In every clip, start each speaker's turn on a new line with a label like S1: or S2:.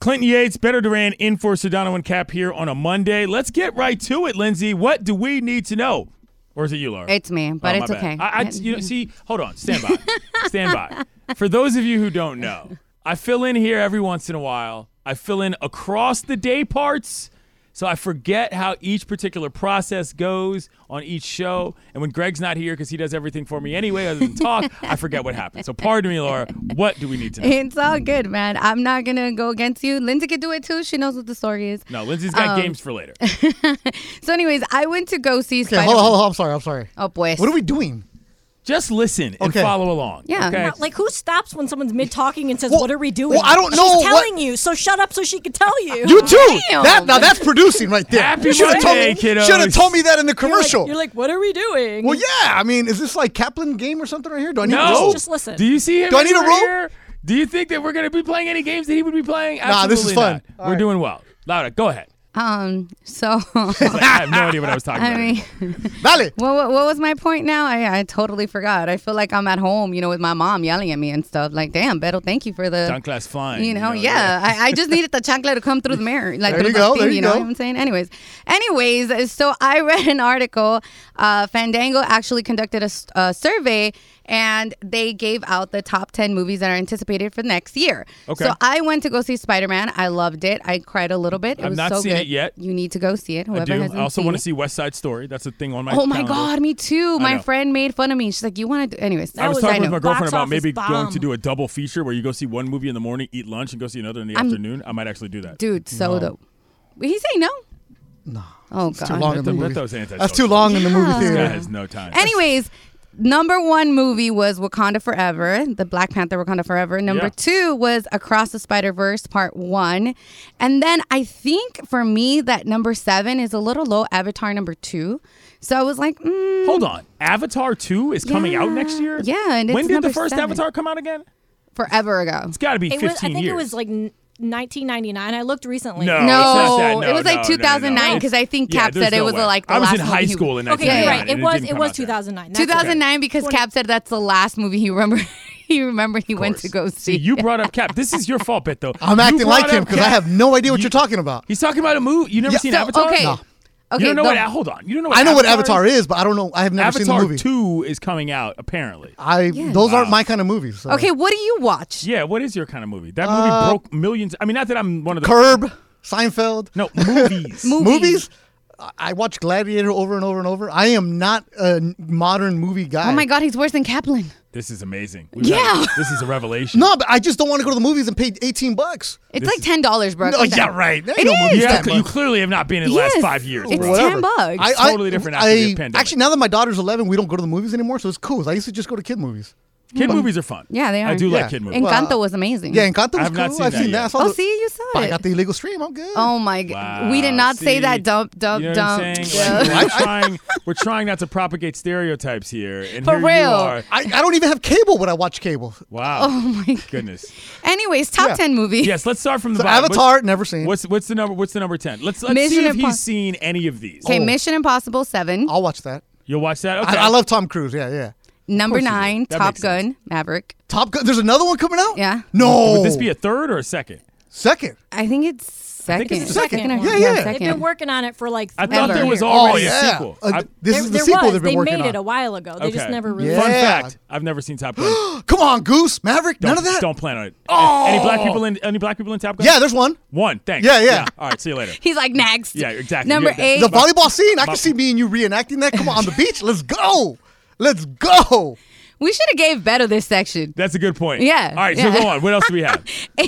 S1: Clinton Yates, Better Duran in for Sedano and Cap here on a Monday. Let's get right to it, Lindsay. What do we need to know? Or is it you, Laura?
S2: It's me, but oh, it's bad. okay.
S1: I, I, you know, see, hold on, stand by, stand by. For those of you who don't know, I fill in here every once in a while. I fill in across the day parts, so I forget how each particular process goes on each show. And when Greg's not here because he does everything for me anyway, other than talk, I forget what happened. So pardon me, Laura. What do we need to know?
S2: It's all good, man. I'm not gonna go against you. Lindsay can do it too. She knows what the story is.
S1: No, Lindsay's got um, games for later.
S2: so, anyways, I went to go see. Okay,
S3: hold on, hold on. I'm sorry. I'm sorry.
S2: Oh, pues.
S3: What are we doing?
S1: Just listen and okay. follow along.
S2: Yeah.
S1: Okay?
S4: Not, like who stops when someone's mid talking and says, well, "What are we doing?"
S3: Well, I don't know.
S4: She's telling what? you, so shut up so she can tell you.
S3: You too. Damn. That now that's producing right there.
S1: Happy
S3: you should have told
S1: me.
S3: Should have told me that in the commercial.
S4: You're like, you're like, "What are we doing?"
S3: Well, yeah. I mean, is this like Kaplan game or something right here? Do I need
S1: no.
S3: a rope?
S4: Just listen.
S1: Do you see him?
S3: Do I need a rope? Here?
S1: Do you think that we're going to be playing any games that he would be playing?
S3: Absolutely nah, this is fun.
S1: We're right. doing well. Laura, go ahead.
S2: Um. So
S1: I have no idea what I was talking I
S2: mean,
S1: about.
S3: Vale.
S2: What, what, what was my point now? I, I totally forgot. I feel like I'm at home, you know, with my mom yelling at me and stuff. Like, damn, Beto, thank you for the
S1: chancla's fine.
S2: You know, you know yeah. yeah. I, I just needed the chancla to come through the mirror, like
S3: there
S2: through
S3: you go,
S2: the thing,
S3: you,
S2: you know
S3: go.
S2: what I'm saying? Anyways, anyways, so I read an article. Uh, Fandango actually conducted a, a survey and they gave out the top 10 movies that are anticipated for next year.
S1: Okay.
S2: So I went to go see Spider Man. I loved it. I cried a little bit. It
S1: I've
S2: was
S1: not
S2: so
S1: seen
S2: good.
S1: it yet.
S2: You need to go see it. Whoever
S1: I do.
S2: Hasn't
S1: I also
S2: want
S1: to see West Side Story. That's a thing on my.
S2: Oh my
S1: calendar.
S2: god, me too.
S1: I
S2: my
S1: know.
S2: friend made fun of me. She's like, "You want to?" do Anyways,
S1: I was,
S2: was
S1: talking
S2: I
S1: with my girlfriend
S4: Box
S1: about maybe
S4: bomb.
S1: going to do a double feature where you go see one movie in the morning, eat lunch, and go see another in the
S2: I'm-
S1: afternoon. I might actually do that.
S2: dude. So
S3: No.
S2: dope. He say no.
S3: No.
S2: Oh
S3: It's
S2: god.
S3: too long in the
S1: Beto-
S3: movie.
S1: Beto's antisocial.
S3: That's too long in the movie
S2: Yeah.
S1: This guy
S3: theater.
S1: has no time.
S2: Anyways, number one movie was Wakanda Forever, the Black Panther Wakanda Forever. Number
S1: Yeah.
S2: two was Across the Spider Verse Part One, and then I think for me that number seven is a little low. Avatar number two. So I was like, mm,
S1: Hold on. Avatar 2 is coming out next year?
S2: Yeah, and it's
S1: When did the
S2: number
S1: first
S2: seven.
S1: Avatar come out again?
S2: forever ago.
S1: It's got to be
S4: It
S1: 15
S4: was. I think
S1: years.
S4: it was like n- 1999. I looked recently.
S1: No,
S2: No,
S1: it's not that.
S2: it was like
S1: no, no, no, no.
S2: 2009, 'cause I think Cap
S1: yeah, there's
S2: said it
S1: no
S2: was,
S1: way.
S2: like, the
S1: I was in
S2: last
S1: high
S2: movie he-
S1: school in
S4: Okay,
S1: 1999.
S4: you're
S1: and
S4: right. It was.
S1: didn't
S4: It
S1: come
S4: was
S1: out there.
S4: 2009. That's right.
S2: 2009 because Cap said that's the last movie he remember. he remembered he went to
S1: course.
S2: go see.
S1: See, you brought up Cap. This is your fault, Bit, though.
S3: I'm
S1: You
S3: acting like
S1: brought
S3: him
S1: up
S3: because I
S1: Cap.
S3: have no idea what
S1: You-
S3: you're talking about.
S1: He's talking about a movie. You never
S3: Yeah.
S1: seen
S3: So,
S1: Avatar?
S2: okay.
S1: You
S2: No. Okay,
S1: don't know
S2: the-
S1: what? Hold on. You don't know. What
S3: I know what
S1: Avatar
S3: Avatar is, but I don't know. I have never seen
S1: Avatar
S3: the movie.
S1: Two is coming out apparently.
S3: I
S2: Yeah.
S3: those aren't my kind of movies. so.
S2: Okay, what do you watch?
S1: Yeah. What is your kind of movie? That movie
S3: Uh,
S1: broke millions. I mean, not that I'm one of the
S3: Curb, Seinfeld,
S1: no movies.
S3: movies. I- I watch Gladiator over and over and over. I am not a n- modern movie guy.
S2: Oh my God, he's worse than Kaplan.
S1: This is amazing. We've
S2: Yeah.
S1: got- this is a revelation.
S3: No, but I just don't want to go to the movies and pay 18 bucks.
S2: It's
S1: This
S2: like ten dollars, bro.
S3: No,
S2: Come
S3: yeah,
S2: on.
S3: right. There
S2: It
S3: ain't no
S2: is.
S3: movies
S1: You,
S3: that
S1: have- you
S3: much.
S1: clearly have not been in the last
S2: Yes.
S1: five years.
S2: It's
S1: bro.
S2: 10 bucks.
S3: I,
S1: It's
S3: I-
S1: totally different after the pandemic.
S3: Actually, now that my daughter's 11, we don't go to the movies anymore, so it's cool. I used to just go to kid movies.
S1: Kid movies are fun.
S2: Yeah, they
S1: I
S2: are.
S1: do
S3: Yeah.
S1: like kid movies.
S3: And-
S2: Encanto
S3: Well,
S2: was amazing.
S3: Yeah,
S1: I
S3: Encanto was
S1: have
S3: cool.
S1: not seen
S3: I've
S1: that
S3: seen
S1: yet.
S3: that. I saw
S2: Oh,
S3: the-
S2: see, you saw
S3: but I
S2: it.
S3: got the illegal stream. I'm good.
S2: oh my God, we did not say that. Dump, dump,
S1: you know
S2: dump.
S1: What I'm saying?
S2: Yeah.
S1: Like, we're trying, we're trying not to propagate stereotypes here. And here
S2: For
S1: you
S2: real.
S1: are.
S3: I, I don't even have cable when I watch cable.
S1: Wow.
S2: Oh my
S1: Goodness.
S2: Anyways, top
S3: Yeah.
S2: ten movie.
S1: Yes. Let's start from the
S3: So
S1: bottom. What's-
S3: Avatar, never seen.
S1: What's what's the number? What's the number ten? Let's let's
S2: Mission
S1: see if
S2: Impos-
S1: he's seen any of these.
S2: Okay,
S3: Oh.
S2: Mission Impossible Seven.
S3: I'll watch that.
S1: You'll watch that. Okay.
S3: I, I love Tom Cruise. Yeah, yeah.
S2: number
S1: course you do.
S2: nine,
S1: That
S2: Top
S1: makes sense.
S2: Gun, Maverick.
S3: Top Gun. There's another one coming out.
S2: Yeah.
S3: No.
S1: Would this be a third or a second?
S3: second?
S2: I think it's second.
S1: think it's
S4: the second
S2: or-
S4: one.
S3: Yeah, yeah.
S4: They've
S2: second.
S4: been working on it for like.
S1: I
S4: three
S1: thought
S2: Ever.
S1: there
S4: years.
S1: was
S2: Oh,
S3: Oh
S1: already a
S3: yeah.
S1: sequel.
S3: Uh,
S1: I-
S3: this
S4: There,
S3: is the
S4: there
S3: sequel
S4: was.
S3: they've been
S4: they
S3: working
S4: made
S3: on.
S4: it a while ago. They just
S1: okay.
S4: never released.
S1: Fun
S4: it.
S3: Yeah.
S1: fact: I've never seen Top Gun.
S3: Come on, Goose, Maverick.
S1: Don't-
S3: None of that.
S1: Don't plan on it. Oh. Any black people in any black people in Top Gun?
S3: Yeah, there's one.
S1: One. Thanks.
S3: Yeah, yeah.
S1: All right. See you later.
S2: He's like next.
S1: Yeah, exactly.
S2: Number
S1: Yeah, that's-
S2: eight.
S3: The volleyball scene.
S1: my-
S3: I can see me and you reenacting that. Come on, on the beach. Let's go. Let's go.
S2: We should have gave better this section.
S1: That's a good point.
S2: Yeah,
S1: All right,
S2: yeah.
S1: so go on. What else do we have?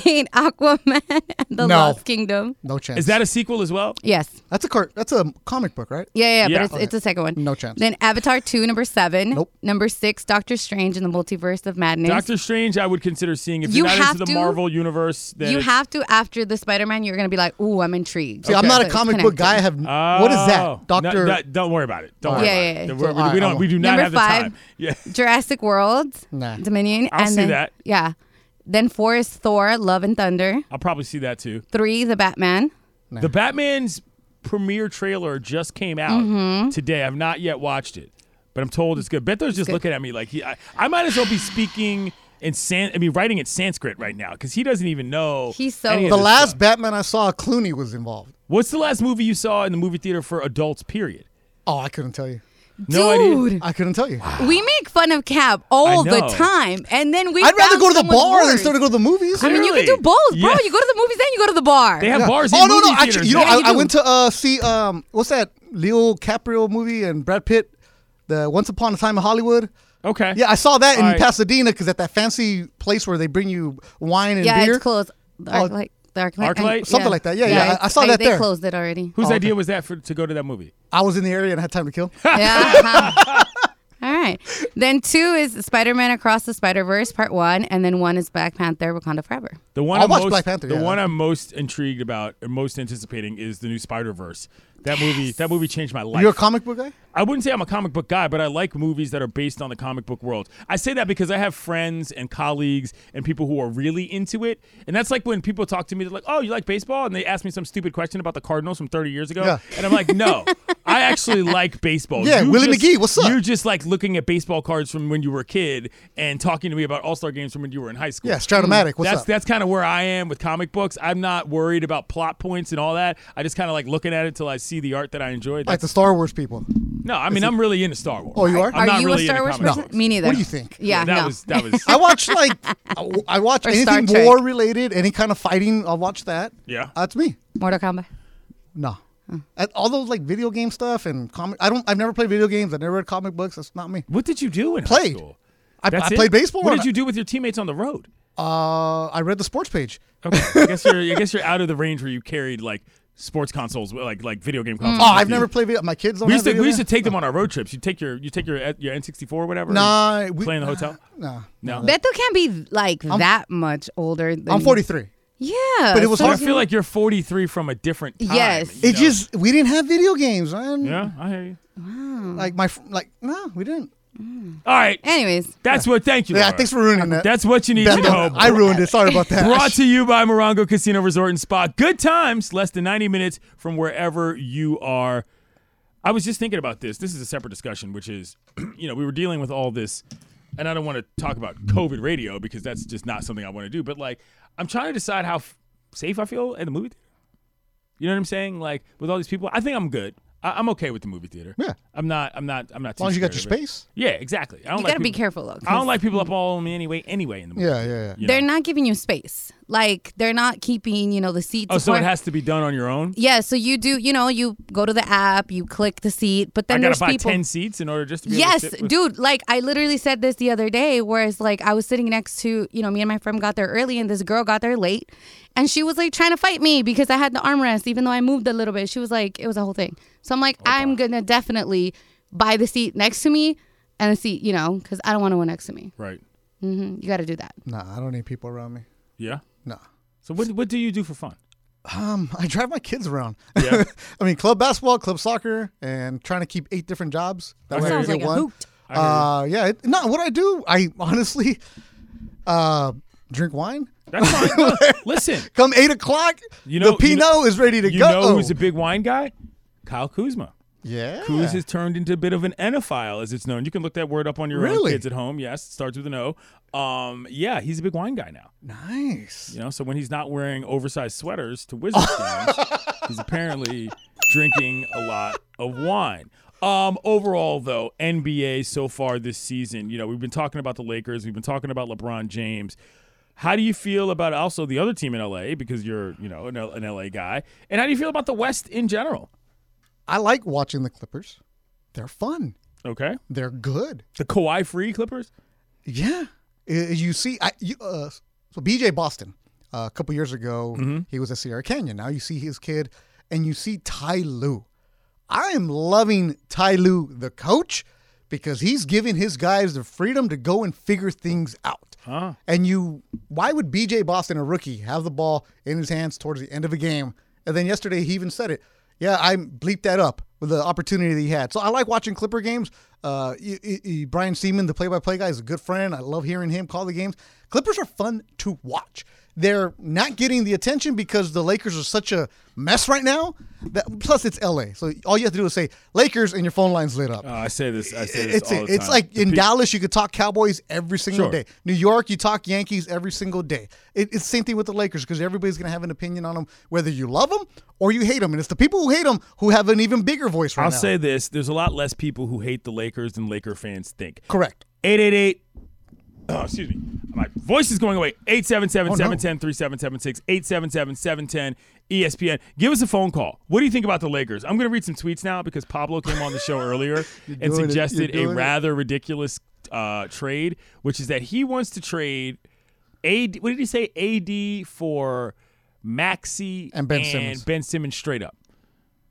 S2: Ain't Aquaman and the
S3: No.
S2: Lost Kingdom?
S3: No chance.
S1: Is that a sequel as well?
S2: Yes.
S3: That's a cart. That's a comic book, right?
S2: Yeah, yeah,
S1: Yeah.
S2: but it's, it's the second one.
S3: No chance.
S2: Then Avatar 2, number 7.
S3: Nope.
S2: Number 6, Doctor Strange and the Multiverse of Madness.
S1: Doctor Strange, I would consider seeing. If you're
S2: You
S1: not
S2: have
S1: into the
S2: to-
S1: Marvel universe, then
S2: you
S1: it's-
S2: have to, after the Spider Man, you're going to be like, ooh, I'm intrigued.
S3: See, I'm not a comic book guy. I have. what is
S1: Oh.
S3: that,
S1: No,
S3: Doctor?
S1: no, don't worry about it. Don't worry
S2: Yeah,
S1: about
S2: yeah,
S1: it.
S2: yeah.
S1: We're- we-
S3: So, all
S1: we
S3: right,
S1: don't. We do not
S2: Number
S1: have the
S2: five.
S1: time. Yeah.
S2: Jurassic World,
S3: Nah.
S2: Dominion.
S1: I'll
S2: and
S1: see
S2: then,
S1: that.
S2: Yeah. Then four is Thor, Love and Thunder.
S1: I'll probably see that too.
S2: Three, The Batman.
S1: The Batman's premiere trailer just came out today. I've not yet watched it, but I'm told it's good. Beto's just looking at me like he. I, I might as well be speaking in San. I mean, writing in Sanskrit right now because he doesn't even know.
S2: He's so-
S1: any of
S3: the
S1: this
S3: last
S1: stuff.
S3: Batman I saw, Clooney was involved.
S1: What's the last movie you saw in the movie theater for adults? Period.
S3: Oh, I couldn't tell you.
S1: No idea.
S2: Dude,
S3: I couldn't tell you.
S2: we make fun of Cab all
S1: I
S2: the
S1: know.
S2: time. And then we
S3: I'd rather
S2: found
S3: go to the
S2: someone's
S3: bar
S2: words.
S3: than still to go to the movies.
S2: I mean, you can do
S1: Clearly.
S2: both, bro.
S1: Yeah.
S2: You go to the movies, then you go to the bar.
S1: They have bars.
S3: Oh
S1: in
S3: no,
S1: movie
S3: no, actually,
S1: theaters
S3: you know,
S1: now.
S2: Yeah, you
S3: I, I
S2: do.
S3: went to uh, see um, what's that Leo Caprio movie and Brad Pitt, the Once Upon a Time in Hollywood.
S1: Okay.
S3: Yeah, I saw that in
S1: All right.
S3: Pasadena because at that fancy place where they bring you wine and
S2: yeah,
S3: beer.
S2: it's closed. The
S3: Oh.
S2: Arclight. The Arclight.
S1: Arclight?
S2: I-
S3: Something like that. Yeah, yeah, I-
S2: it's-
S3: I saw that
S2: They
S3: there.
S2: closed it already.
S1: Whose idea was that for to go to that movie?
S3: I was in the area and had time to kill.
S2: Yeah. uh-huh. All right. Then two is Spider Man Across the Spider Verse, part one. And then one is Black Panther Wakanda Forever.
S1: The one
S3: I'll
S1: I'm
S3: watch
S1: most,
S3: Black Panther,
S1: The
S3: yeah.
S1: one I'm most intrigued about, or most anticipating, is the new Spider Verse. That movie, that movie changed my life.
S3: You're a comic book guy?
S1: I wouldn't say I'm a comic book guy, but I like movies that are based on the comic book world. I say that because I have friends and colleagues and people who are really into it. And that's like when people talk to me, they're like, oh, you like baseball? And they ask me some stupid question about the Cardinals from 30 years ago.
S3: Yeah.
S1: And I'm like, no, I actually like baseball.
S3: Yeah, Willie
S1: just-
S3: McGee, what's up?
S1: You just like looking at baseball cards from when you were a kid and talking to me about All Star games from when you were in high school.
S3: Yeah, Stratomatic. What's
S1: that's
S3: up?
S1: that's kind of where I am with comic books. I'm not worried about plot points and all that. I just kind of like looking at it till I see the art that I enjoy.
S3: like
S1: That's,
S3: the Star Wars people.
S1: no, I mean I'm really into Star Wars.
S3: Oh, you are?
S1: I'm not
S2: you
S1: really
S2: a Star
S1: into
S2: Wars
S1: comic
S2: person?
S1: books.
S2: Me neither.
S3: What do you think?
S2: Yeah,
S1: that
S2: no.
S1: was that was.
S3: I watch like I I watch
S2: Or Star
S3: anything
S2: Trek.
S3: war related, any kind of fighting. I'll watch that.
S1: Yeah.
S3: that's me.
S2: Mortal Kombat.
S3: No. And All those like video game stuff and comic. I don't. I've never played video games. I've never read comic books. That's not me.
S1: what did you do in high
S3: Played.
S1: school?
S3: I, I
S1: That's it?
S3: played baseball.
S1: What
S3: and
S1: did you do with your teammates on the road?
S3: Uh, I read the sports page.
S1: Okay, I guess you're I guess you're out of the range where you carried like sports consoles, like like video game consoles.
S3: Oh,
S1: with
S3: I've
S1: you.
S3: never played video. My kids don't.
S1: We
S3: have
S1: used to
S3: video
S1: we used to
S3: games.
S1: take them on our road trips. You take your you take your your N64 or whatever. and
S3: Nah, we-
S1: play in the hotel.
S3: Nah,
S1: No.
S2: Beto can't be like that much older. Than
S3: I'm 43.
S2: Yeah.
S3: But it was
S1: But I
S3: hard.
S1: feel like you're 43 from a different time.
S2: Yes.
S1: you
S3: It
S1: know?
S3: just we didn't have video games, man.
S1: Yeah, I hear you.
S3: Like my fr- like no, we didn't.
S1: All right.
S2: Anyways,
S1: That's what thank you.
S3: Yeah,
S1: Laura.
S3: thanks for ruining that.
S1: That's what you need
S3: That-
S1: to know.
S3: I ruined it. Sorry about that.
S1: Brought to you by Morongo Casino Resort and Spa. Good times, less than 90 minutes from wherever you are. I was just thinking about this. This is a separate discussion, which is, you know, we were dealing with all this, and I don't want to talk about COVID radio because that's just not something I want to do. But like, I'm trying to decide how f- safe I feel at the movie theater. You know what I'm saying? Like with all these people, I think I'm good. I- I'm okay with the movie theater.
S3: Yeah.
S1: I'm not. I'm not. I'm not.
S3: as long as you got your
S1: scared of it.
S3: space.
S1: Yeah, exactly. I don't
S2: you
S1: like
S2: gotta be
S1: people-
S2: careful though. 'cause
S1: I don't like people up all on me anyway. Anyway, in the movie.
S3: Yeah, yeah, yeah.
S1: you
S2: They're
S1: know.
S2: not giving you space. Like they're not keeping, you know, the seats.
S1: Oh, so it
S2: apart.
S1: has to be done on your own.
S2: Yeah, so you do, you know, you go to the app, you click the seat, but then
S1: I gotta
S2: there's
S1: buy
S2: people.
S1: ten seats in order just to be
S2: Yes,
S1: Able to sit with-
S2: dude. Like I literally said this the other day, whereas like I was sitting next to, you know, me and my friend got there early, and this girl got there late, and she was like trying to fight me because I had the armrest, even though I moved a little bit. She was like, it was a whole thing. So I'm like,
S1: Oh,
S2: I'm gonna definitely buy the seat next to me and the seat, you know, because I don't want to one next to me.
S1: Right.
S2: hmm You got to do that.
S3: Nah, I don't need people around me.
S1: Yeah.
S3: Nah.
S1: So what what do you do for fun?
S3: Um, I drive my kids around.
S1: Yeah.
S3: I mean, club basketball, club soccer, and trying to keep eight different jobs. That way I
S4: Sounds
S3: get
S4: like a
S3: one.
S4: hoot.
S3: Uh, yeah. It, no, what I do, I honestly, uh, drink wine.
S1: That's fine. No, listen,
S3: Come eight o'clock,
S1: You know-
S3: the Pinot
S1: you know-
S3: is ready to
S1: you
S3: go.
S1: know who's a big wine guy? Kyle Kuzma.
S3: yeah.
S1: Kuz has turned into a bit of an enophile, as it's known. You can look that word up on your own
S3: Really?
S1: kids at home. Yes, it starts with an O. Um, yeah, he's a big wine guy now.
S3: nice.
S1: You know, so when he's not wearing oversized sweaters to Wizards games, he's apparently drinking a lot of wine. Um, overall, though, NBA so far this season, you know, we've been talking about the Lakers, we've been talking about LeBron James. How do you feel about also the other team in LA because you're, you know, an, L- an LA guy? And how do you feel about the West in general?
S3: I like watching the Clippers. They're fun.
S1: Okay.
S3: They're good.
S1: The Kawhi free Clippers?
S3: Yeah, Uh, you see, I you, uh, so BJ Boston uh, a couple years ago,
S1: Mm-hmm.
S3: he was at Sierra Canyon. Now you see his kid, and you see Ty Lu. I am loving Ty Lu, the coach, because he's giving his guys the freedom to go and figure things out. And you, why would BJ Boston, a rookie, have the ball in his hands towards the end of a game? And then yesterday he even said it. Yeah, I bleeped that up with the opportunity that he had. So I like watching Clipper games. Uh, y- y- y- Brian Seaman, the play-by-play guy, is a good friend. I love hearing him call the games. Clippers are fun to watch. They're not getting the attention because the Lakers are such a mess right now. That plus it's LA, so all you have to do is say Lakers, and your phone line's lit up.
S1: Oh, I say this. I say this
S3: it's
S1: all the
S3: it's
S1: time.
S3: like
S1: The
S3: in
S1: pe-
S3: Dallas, you could talk Cowboys every single
S1: Sure.
S3: day. New York, you talk Yankees every single day. It, it's the same thing with the Lakers because everybody's going to have an opinion on them, whether you love them or you hate them. And it's the people who hate them who have an even bigger voice right
S1: I'll
S3: now.
S1: say this: there's a lot less people who hate the Lakers than Laker fans think.
S3: Correct.
S1: 888 oh, excuse me my voice is going
S3: Oh,
S1: away 877 710 3776 877 710 espn give us a phone call what do you think about the lakers i'm going to read some tweets now because pablo came on the show earlier and
S3: doing it. You're
S1: suggested a
S3: doing it.
S1: rather ridiculous uh, trade which is that he wants to trade ad what did he say ad for maxi
S3: And Ben Simmons.
S1: ben simmons straight up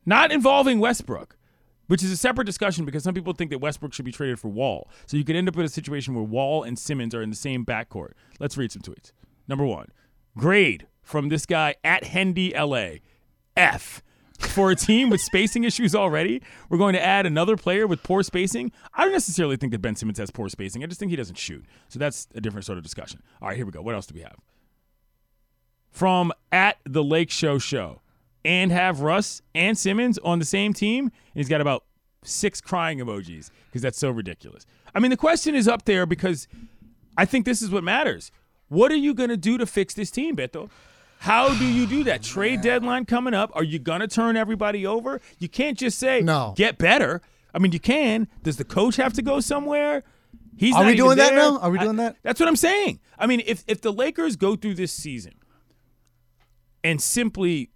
S1: not involving Westbrook, which is a separate discussion because some people think that Westbrook should be traded for Wall. So you could end up with a situation where Wall and Simmons are in the same backcourt. Let's read some tweets. Number one, grade from this guy at Hendy LA, F. For a team with spacing issues already, we're going to add another player with poor spacing. I don't necessarily think that Ben Simmons has poor spacing. I just think he doesn't shoot. So that's a different sort of discussion. All right, here we go. What else do we have? from at the Lake Show Show and have Russ and Simmons on the same team. And he's got about six crying emojis because that's so ridiculous. I mean, the question is up there because I think this is what matters. What are you going to do to fix this team, Beto? How do you do that? Trade deadline coming up. Are you going to turn everybody over? You can't just say,
S3: No.
S1: get better. I mean, you can. Does the coach have to go somewhere? He's
S3: Are
S1: not
S3: we
S1: even
S3: doing that
S1: there.
S3: now? Are we
S1: I-
S3: doing that?
S1: That's what I'm saying. I mean, if if the Lakers go through this season and simply,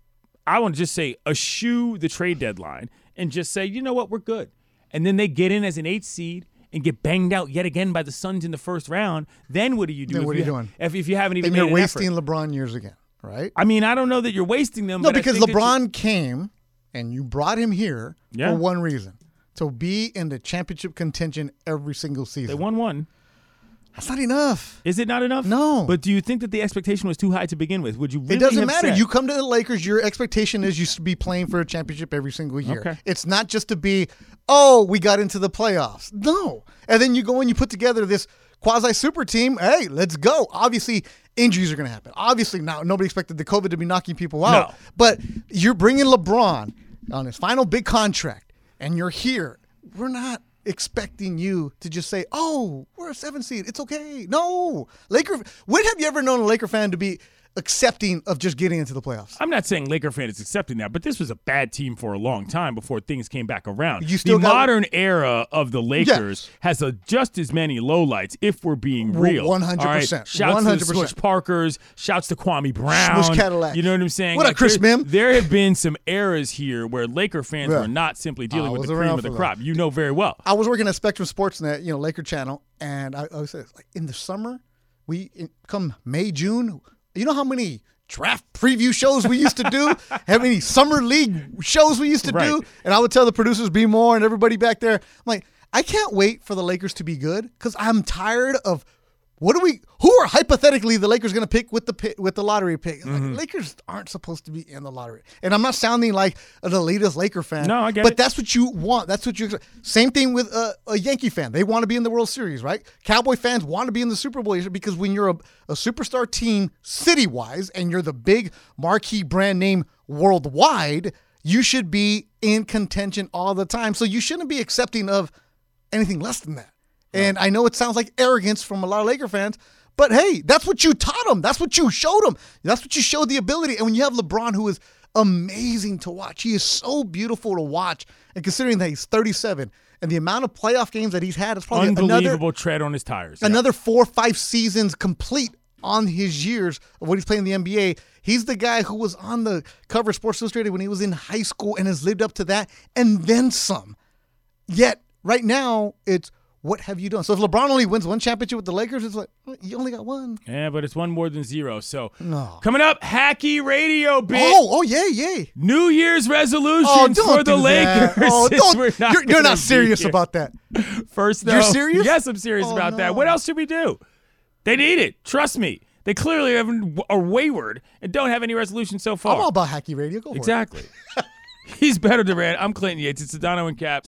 S1: I want to just say, eschew the trade deadline and just say, you know what, we're good. And then they get in as an eight seed and get banged out yet again by the Suns in the first round. Then what do you do?
S3: Then
S1: if
S3: what are you doing?
S1: If, if you haven't even
S3: And
S1: made
S3: you're
S1: an effort?
S3: wasting LeBron years again, right?
S1: I mean, I don't know that you're wasting them.
S3: No,
S1: but I
S3: because
S1: think that you-
S3: LeBron came and you brought him here
S1: Yeah.
S3: for one reason to be in the championship contention every single
S1: they
S3: season.
S1: won one.
S3: That's not enough.
S1: Is it not enough?
S3: No.
S1: But do you think that the expectation was too high to begin with? Would you? Really
S3: It doesn't
S1: have
S3: matter.
S1: said-
S3: You come to the Lakers, your expectation is you should be playing for a championship every single year.
S1: Okay.
S3: It's not just to be, oh, we got into the playoffs. No. And then you go and you put together this quasi super team. Hey, let's go. Obviously, injuries are going to happen. Obviously, now nobody expected the COVID to be knocking people out.
S1: No.
S3: But you're bringing LeBron on his final big contract, and you're here. We're not expecting you to just say, "Oh, we're a seven seed. It's okay." No, Laker. When have you ever known a Laker fan to be accepting of just getting into the playoffs?
S1: I'm not saying Laker fan is accepting that, but this was a bad team for a long time before things came back around.
S3: You still
S1: the
S3: got-
S1: modern era of the Lakers has a, just as many lowlights, if we're being
S3: W-
S1: real.
S3: 100%,
S1: All Shouts to the
S3: 100%.
S1: Smush Parkers. Shouts to Kwame Brown.
S3: Smush Cadillac.
S1: You know what I'm saying?
S3: What up, Chris
S1: there,
S3: Mim?
S1: There have been some eras here where Laker fans
S3: Yeah.
S1: were not simply dealing
S3: I
S1: with
S3: was
S1: the cream
S3: around
S1: of the
S3: for
S1: crop. You know very well.
S3: I was working at Spectrum Sportsnet, you know, Laker Channel, and I, I was like, in the summer, we in, come May, June. You know how many draft preview shows we used to do? how many summer league shows we used to do?
S1: Right.
S3: And I would tell the producers, be more, and everybody back there, I'm like, I can't wait for the Lakers to be good because I'm tired of. What do we? Who are hypothetically the Lakers going to pick with the pi- with the lottery pick? Like,
S1: Mm-hmm.
S3: Lakers aren't supposed to be in the lottery, and I'm not sounding like an elitist Laker fan.
S1: No, I get
S3: but
S1: it.
S3: that's that's what you want. That's what you expect. Same thing with uh, a Yankee fan. They want to be in the World Series, right? Cowboy fans want to be in the Super Bowl because when you're a, a superstar team city wise and you're the big marquee brand name worldwide, you should be in contention all the time. So you shouldn't be accepting of anything less than that. And I know it sounds like arrogance from a lot of Laker fans, but hey, that's what you taught them. That's what you showed them. That's what you showed the ability. And when you have LeBron, who is amazing to watch, he is so beautiful to watch. And considering that he's 37 and the amount of playoff games that he's had, it's probably another
S1: Unbelievable tread on his tires. Yeah.
S3: another four or five seasons complete on his years of what he's playing in the NBA. He's the guy who was on the cover of Sports Illustrated when he was in high school and has lived up to that and then some. Yet right now it's What have you done? So if LeBron only wins one championship with the Lakers, it's like well, you only got one.
S1: Yeah, but it's one more than zero. So
S3: No.
S1: coming up, hacky radio bit.
S3: Oh, oh, yay, yay.
S1: New Year's resolutions
S3: Oh, don't
S1: for the
S3: do
S1: Lakers.
S3: That. Oh,
S1: since
S3: don't.
S1: we're not
S3: you're, you're
S1: gonna
S3: not
S1: be
S3: serious
S1: here.
S3: about that.
S1: First, though,
S3: You're serious?
S1: Yes, I'm serious
S3: Oh,
S1: about
S3: no.
S1: that. What else should we do? They need it. Trust me. They clearly haven't, are wayward and don't have any resolution so far.
S3: I'm all about hacky radio. Go for it.
S1: exactly. He's better, Uh, Durant. I'm Clinton Yates. It's Sedano and Caps.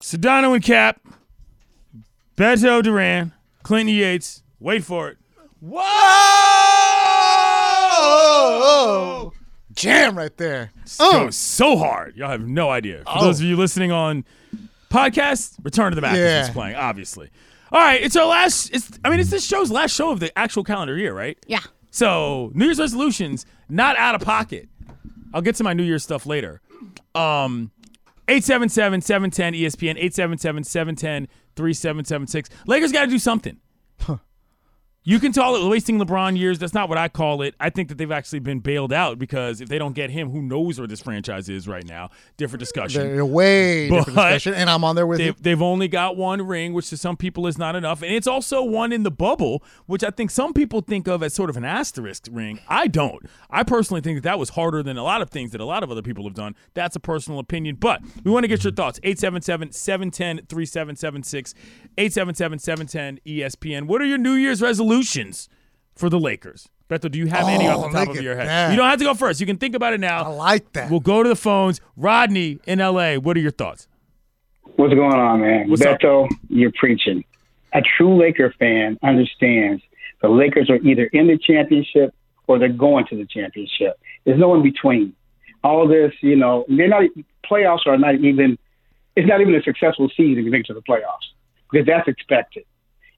S1: Sedano and Cap, Beto Duran, Clinton Yates. Wait for it.
S3: Oh, oh, jam right there. Oh.
S1: Going so hard. Y'all have no idea. For those of you listening on podcast, Return to the Mac
S3: Yeah.
S1: is playing, obviously. All right, it's our last. It's I mean, it's this show's last show of the actual calendar year, right?
S2: Yeah.
S1: So New Year's resolutions, not out of pocket. I'll get to my New Year's stuff later. Um 877-710-ESPN, 877-710-3776. Lakers gotta do something. You can call it wasting LeBron years. That's not what I call it. I think that they've actually been bailed out because if they don't get him, who knows where this franchise is right now? Different discussion
S3: They're way different
S1: But-
S3: discussion, and I'm on there with
S1: they,
S3: you.
S1: they've only got one ring, which to some people is not enough. And it's also one in the bubble, which I think some people think of as sort of an asterisk ring. I don't. I personally think that that was harder than a lot of things that a lot of other people have done. That's a personal opinion. But we want to get your thoughts. 877 710 3776, 877 710 ESPN. What are your New Year's resolutions for the Lakers? Beto, do you have any
S3: Oh,
S1: off the top of
S3: look at
S1: your head?
S3: that.
S1: You don't have to go first. You can think about it now.
S3: I like that.
S1: We'll go to the phones. Rodney in LA, what are your thoughts?
S5: What's going on, man?
S1: What's up?
S5: Beto, you're preaching. A true Laker fan understands the Lakers are either in the championship or they're going to the championship. There's no in between. All this, you know, they're not playoffs are not even. It's not even a successful season to get to the playoffs because that's expected.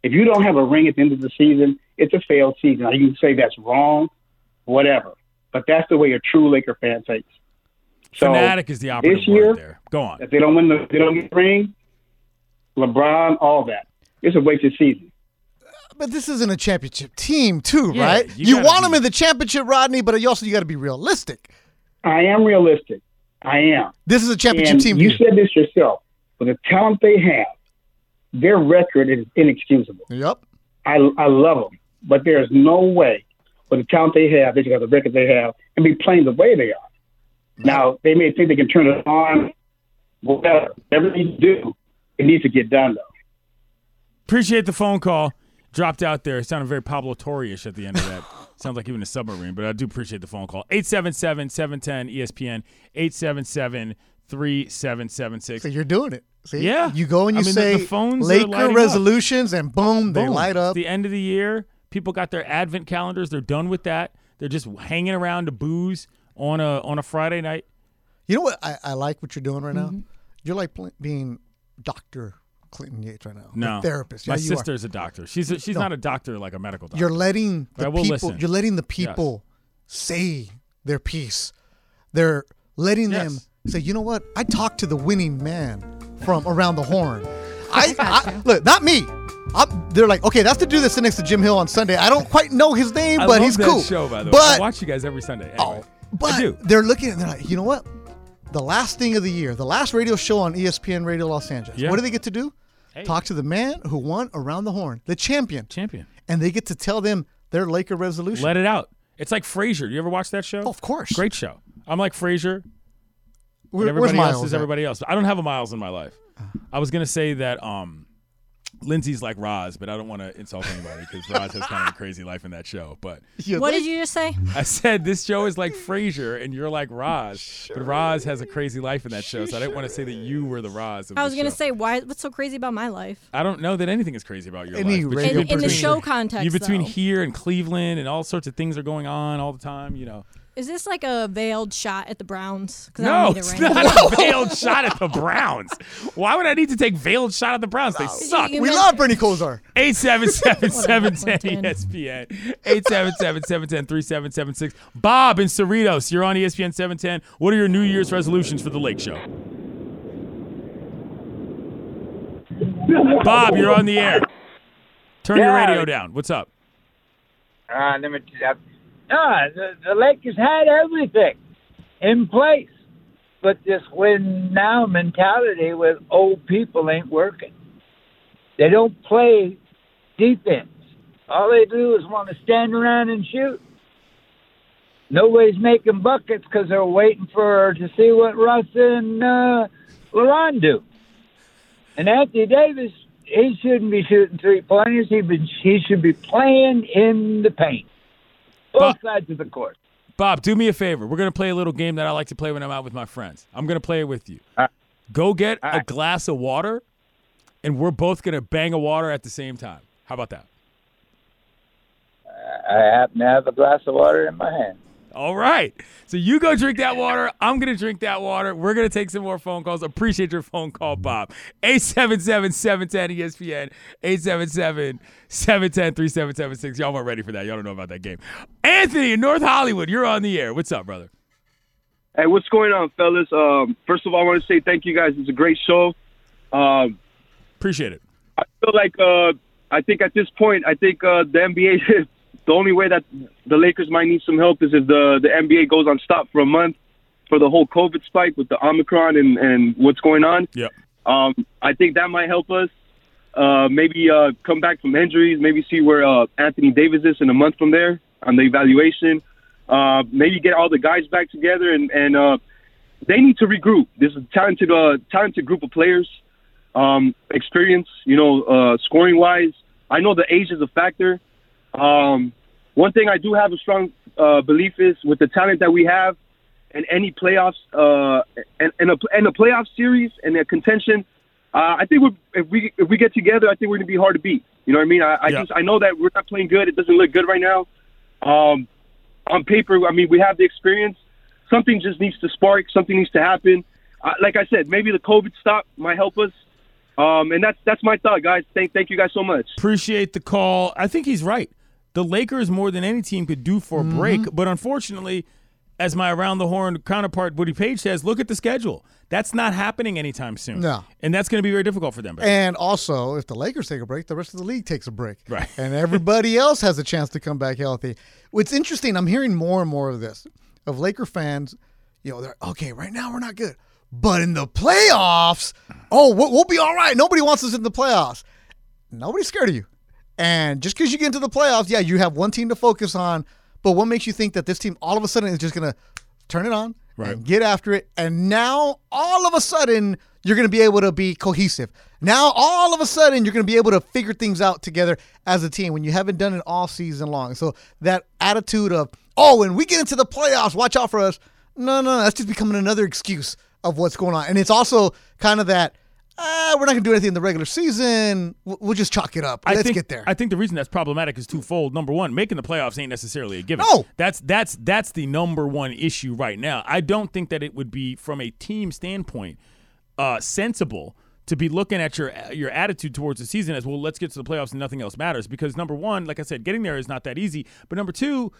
S5: If you don't have a ring at the end of the season, it's a failed season. Now, you can say that's wrong, whatever, but that's the way a true Laker fan thinks. So,
S1: Fanatic is the operative
S5: this year-
S1: word there. Go on.
S5: If they don't win the, if they don't get the ring, LeBron, all that. It's a wasted season.
S3: But this isn't a championship team, too,
S1: Yeah,
S3: right?
S1: you
S3: You,
S1: gotta
S3: want
S1: be-
S3: them in the championship, Rodney, but you also you got to be realistic.
S5: I am realistic. I am.
S3: This is a championship
S5: And
S3: team.
S5: you
S3: for you.
S5: said this yourself. With the talent they have, their record is inexcusable.
S3: Yep.
S5: I, I love them, but there is no way with the talent they have, they should have the record they have, and be playing the way they are. Now they may think they can turn it on, whatever. Everything you do, it needs to get done though.
S1: Appreciate the phone call. Dropped out there. It sounded very Pablo Torre-ish at the end of that. Sounds like even a submarine, but I do appreciate the phone call. 877-710-ESPN, 877-3776.
S3: So you're doing it. See?
S1: Yeah.
S3: You go and
S1: I
S3: you
S1: mean, the-
S3: say
S1: the phones are lighting
S3: Laker
S1: up.
S3: resolutions, and boom, they
S1: Boom.
S3: light
S1: It's
S3: up.
S1: the end of the year. People got their advent calendars. They're done with that. They're just hanging around to booze on a on a Friday night.
S3: You know what? I, I like what you're doing right now. You're like pl- being Doctor Clinton Yates right now.
S1: No.
S3: the therapist.
S1: My
S3: yeah, you are.
S1: sister's a doctor. She's a, she's not a doctor like a medical doctor.
S3: You're letting
S1: But I
S3: the
S1: will
S3: people.
S1: listen.
S3: You're letting the people say their piece. They're letting them
S1: Yes.
S3: say, you know what? I talked to the winning man from around the horn. I, I look, not me. I'm, they're like, okay, that's the dude that sits next to Jim Hill on Sunday. I don't quite know his name,
S1: I
S3: but
S1: love
S3: he's
S1: that
S3: cool.
S1: show, by the way. I
S3: but
S1: watch you guys every Sunday. Anyway,
S3: Oh, but
S1: I do.
S3: they're looking and they're like, you know what? The last thing of the year, the last radio show on E ESPN Radio Los Angeles.
S1: Yeah.
S3: What do they get to do? Talk to the man who won around the horn, the champion,
S1: Champion.
S3: and they get to tell them their Laker resolution.
S1: Let it out. It's like Frasier. You ever watch that show?
S3: Oh, of course.
S1: Great show. I'm like Frasier. And
S3: Where- where's
S1: everybody else
S3: Miles
S1: is
S3: at? Uh.
S1: everybody else. I don't have a Miles in my life. I was gonna say that um, Lindsay's like Roz, but I don't want to insult anybody because Roz has kind of a crazy life in that show. But
S3: You
S4: What
S3: think?
S4: did you just say?
S1: I said this show is like Frasier and you're like Roz, but Roz has a crazy life in that show, so I didn't want to say that you were the Roz. Of
S4: I was
S1: the
S4: gonna
S1: show.
S4: say why? What's so crazy about my life?
S1: I don't know that anything is crazy about your
S3: Any
S1: life. but
S3: radio
S1: you're
S4: In, in the
S1: between-
S4: show context,
S1: You between
S4: though.
S1: here and Cleveland and all sorts of things are going on all the time. You know,
S4: Is this like a veiled shot at the Browns? 'Cause I
S1: No,
S4: don't need a
S1: it's
S4: ring.
S1: not a veiled shot at the Browns. Why would I need to take veiled shot at the Browns? They suck.
S3: We love Bernie Kosar.
S1: 877-710 ESPN. 877-710-3776. Bob in Cerritos, you're on E ESPN 710. What are your New Year's resolutions for the Lake Show? Bob, you're on the air. Turn your
S6: Yeah.
S1: radio down. What's up?
S6: Uh, let me. Uh, no, the, the Lakers had everything in place, but this win now mentality with old people ain't working. They don't play defense. All they do is want to stand around and shoot. Nobody's making buckets because they're waiting for to see what Russ and uh, LeBron do. And Anthony Davis, he shouldn't be shooting three pointers. He been, he should be playing in the paint, both sides of the court.
S1: Bob, do me a favor. We're going to play a little game that I like to play when I'm out with my friends. I'm going to play it with you. Go get a glass of water, and we're both going to bang a water at the same time. How about that?
S6: I happen to have a glass of water in my hand.
S1: All right. So you go drink that water. I'm going to drink that water. We're going to take some more phone calls. Appreciate your phone call, Bob. E 877-710-ESPN. 877-710-3776. Y'all weren't ready for that. Y'all don't know about that game. Anthony in North Hollywood, you're on the air. What's up, brother?
S7: Hey, what's going on, fellas? Um, first of all, I want to say thank you guys. It's a great show. Um,
S1: Appreciate it.
S7: I feel like uh, I think at this point, I think uh, the NBA. the only way that the Lakers might need some help is if the the NBA goes on stop for a month for the whole COVID spike with the Omicron and and what's going on.
S1: Yep.
S7: Um, I think that might help us. Uh, maybe uh, come back from injuries. Maybe see where uh, Anthony Davis is in a month from there on the evaluation. Uh, maybe get all the guys back together and and uh, they need to regroup. This is a talented uh, talented group of players. Um, experience, you know, uh, scoring wise. I know the age is a factor. Um, one thing I do have a strong uh, belief is with the talent that we have, in any playoffs, uh, and, and, a, and a playoff series and a contention, uh, I think we're, if we if we get together, I think we're going to be hard to beat. You know what I mean? I, I just I know that we're not playing good. It doesn't look good right now. Um, on paper, I mean, we have the experience. Something just needs to spark. Something needs to happen. Uh, like I said, maybe the COVID stop might help us. Um, and that's that's my thought, guys. Thank thank you guys so much.
S1: Appreciate the call. I think he's right. The Lakers more than any team could do for a break, but unfortunately, as my around the horn counterpart Woody Page says, look at the schedule. That's not happening anytime soon.
S3: No.
S1: And that's going to be very difficult for them. But
S3: And also, if the Lakers take a break, the rest of the league takes a break.
S1: Right.
S3: And everybody else has a chance to come back healthy. What's interesting, I'm hearing more and more of this of Laker fans. You know, they're okay, right now we're not good. But in the playoffs, oh, we'll, we'll be all right. Nobody wants us in the playoffs. Nobody's scared of you. And just because you get into the playoffs, yeah, you have one team to focus on. But what makes you think that this team all of a sudden is just going to turn it on and get after it? And now all of a sudden, you're going to be able to be cohesive. Now all of a sudden, you're going to be able to figure things out together as a team when you haven't done it all season long. So that attitude of, oh, when we get into the playoffs, watch out for us. No, no, that's just becoming another excuse of what's going on. And it's also kind of that. Uh, we're not going to do anything in the regular season. We'll we'll just chalk it up.
S1: I
S3: Let's
S1: think,
S3: get there.
S1: I think the reason that's problematic is twofold. Number one, making the playoffs ain't necessarily a given.
S3: No.
S1: That's that's that's the number one issue right now. I don't think that it would be from a team standpoint uh, sensible to be looking at your your attitude towards the season as well. Let's get to the playoffs and nothing else matters because number one, like I said, getting there is not that easy. But number two.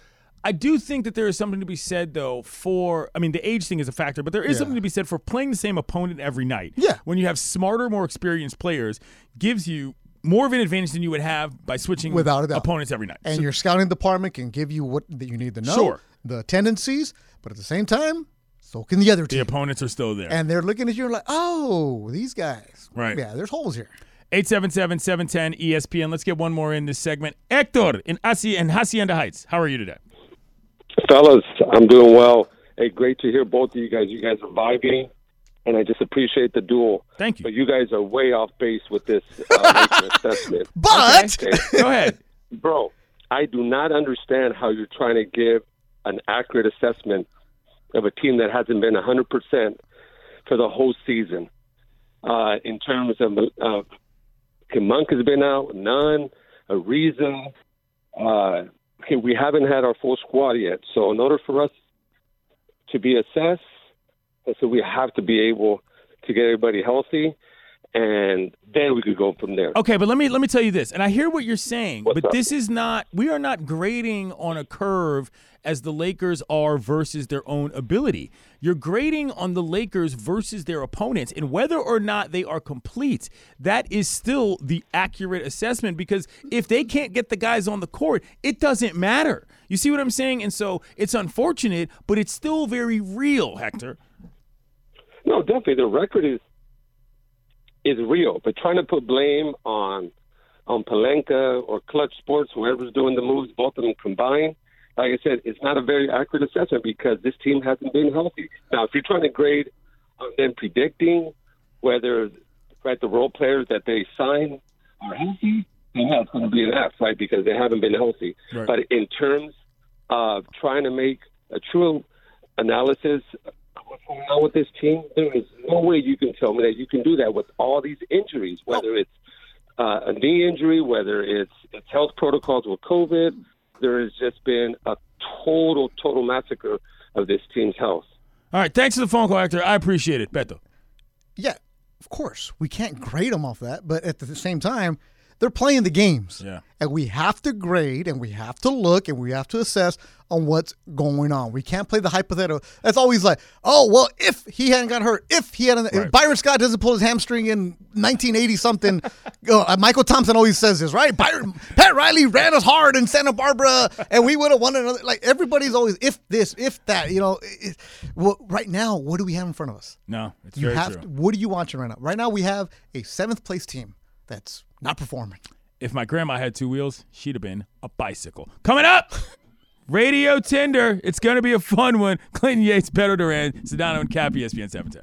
S1: I do think that there is something to be said, though, for I mean, the age thing is a factor, but there is
S8: Yeah.
S1: something to be said for playing the same opponent every night. Yeah. When you have smarter, more experienced players, gives you more of an advantage than you would have by switching
S3: Without a doubt.
S1: opponents every night.
S3: and
S1: So-
S3: your scouting department can give you what that you need to know.
S1: Sure.
S3: The tendencies, but at the same time, so can the other team.
S1: The opponents are still there.
S3: And they're looking at you like, oh, these guys.
S1: Right.
S3: Yeah, there's holes here.
S1: 877-710 ESPN. Let's get one more in this segment. Hector in Asi and Hacienda Heights. How are you today?
S9: fellas, I'm doing well. Hey, great to hear both of you guys. You guys are vibing, and I just appreciate the duel.
S1: Thank you.
S9: But you guys are way off base with this uh, Laker assessment.
S3: But
S1: go ahead,
S9: bro. I do not understand how you're trying to give an accurate assessment of a team that hasn't been 100 percent for the whole season. Uh, in terms of uh, Monk has been out, none, a reason. Uh, okay, we haven't had our full squad yet. So in order for us to be assessed. And so we have to be able to get everybody healthy, and then we could go from there.
S1: Okay, but let me let me tell you this, and I hear what you're saying, but this is not we are not grading on a curve as the Lakers are versus their own ability. You're grading on the Lakers versus their opponents, and whether or not they are complete, that is still the accurate assessment because if they can't get the guys on the court, it doesn't matter. You see what I'm saying? And so it's unfortunate, but it's still very real, Hector.
S9: No, definitely the record is is real, but trying to put blame on on Palenka or Clutch Sports, whoever's doing the moves, both of them combined, like I said, it's not a very accurate assessment because this team hasn't been healthy. Now, if you're trying to grade on them predicting whether right the role players that they sign are healthy, then that's going to be an F, right? Because they haven't been healthy.
S8: Right.
S9: But in terms of trying to make a true analysis going on with this team, there is no way you can tell me that you can do that with all these injuries, whether it's uh, a knee injury, whether it's, it's health protocols with COVID. There has just been a total, total massacre of this team's health.
S1: All right, thanks for the phone call, Hector. I appreciate it, Beto.
S3: Yeah, of course. We can't grade them off that, but at the same time, they're playing the games.
S1: Yeah.
S3: And we have to grade and we have to look and we have to assess on what's going on. We can't play the hypothetical. That's always like, oh, well, if he hadn't got hurt, if he hadn't, if Byron Scott doesn't pull his hamstring in 1980 something. uh, Michael Thompson always says this, right? Byron, Pat Riley ran us hard in Santa Barbara and we would have won another. Like everybody's always, if this, if that, you know. It, it- well, right now, what do we have in front of us?
S1: No, it's
S3: you
S1: very
S3: have
S1: true.
S3: to- what are you watching right now? Right now, we have a seventh place team that's not performing.
S1: If my grandma had two wheels, she'd have been a bicycle. Coming up, Radio Tinder. It's going to be a fun one. Clinton Yates, Beto Duran, Sedano, and E Cap, ESPN 710.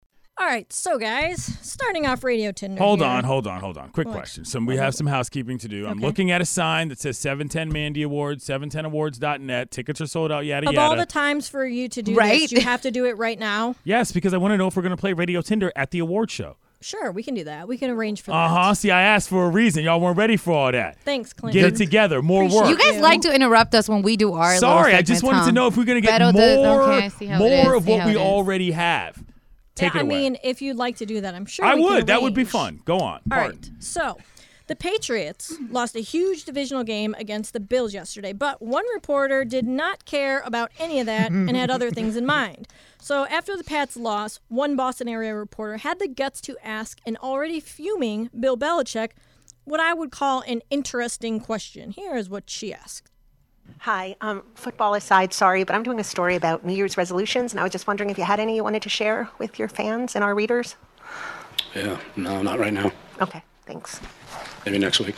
S4: All right, so guys, starting off Radio Tinder.
S1: Hold
S4: here.
S1: on, hold on, hold on. Quick
S4: What?
S1: question. Some we have some housekeeping to do. I'm
S4: Okay.
S1: looking at a sign that says 710 Mandy Awards, 710awards.net. Tickets are sold out. Yada
S4: Of
S1: yada.
S4: all the times for you to do
S2: Right?
S4: this, you have to do it right now.
S1: yes, because I want to know if we're going to play Radio Tinder at the award show.
S4: Sure, we can do that. We can arrange for that.
S1: Uh huh. See, I asked for a reason. Y'all weren't ready for all that.
S4: Thanks, Clinton.
S1: Get it together. More work.
S2: You guys like to interrupt us when we do our. little
S1: Sorry, I just
S2: segments,
S1: wanted
S2: huh?
S1: to know if we're going to get
S2: Beto does-
S1: more,
S2: okay, I see how it is,
S1: more of
S2: see
S1: what
S2: how
S1: we
S2: it is.
S1: already have. Take
S4: yeah,
S1: it
S4: I
S1: away.
S4: mean, if you'd like to do that, I'm sure
S1: I
S4: we can
S1: would. That would be
S4: arrange.
S1: fun. Go on.
S4: All
S1: Martin.
S4: right. So, the Patriots lost a huge divisional game against the Bills yesterday, but one reporter did not care about any of that and had other things in mind. So, after the Pats' loss, one Boston area reporter had the guts to ask an already fuming Bill Belichick what I would call an interesting question. Here is what she asked.
S10: Hi, um, football aside, sorry, but I'm doing a story about New Year's resolutions, and I was just wondering if you had any you wanted to share with your fans and our readers.
S11: Yeah, no, not right now.
S10: Okay, thanks.
S11: Maybe next week.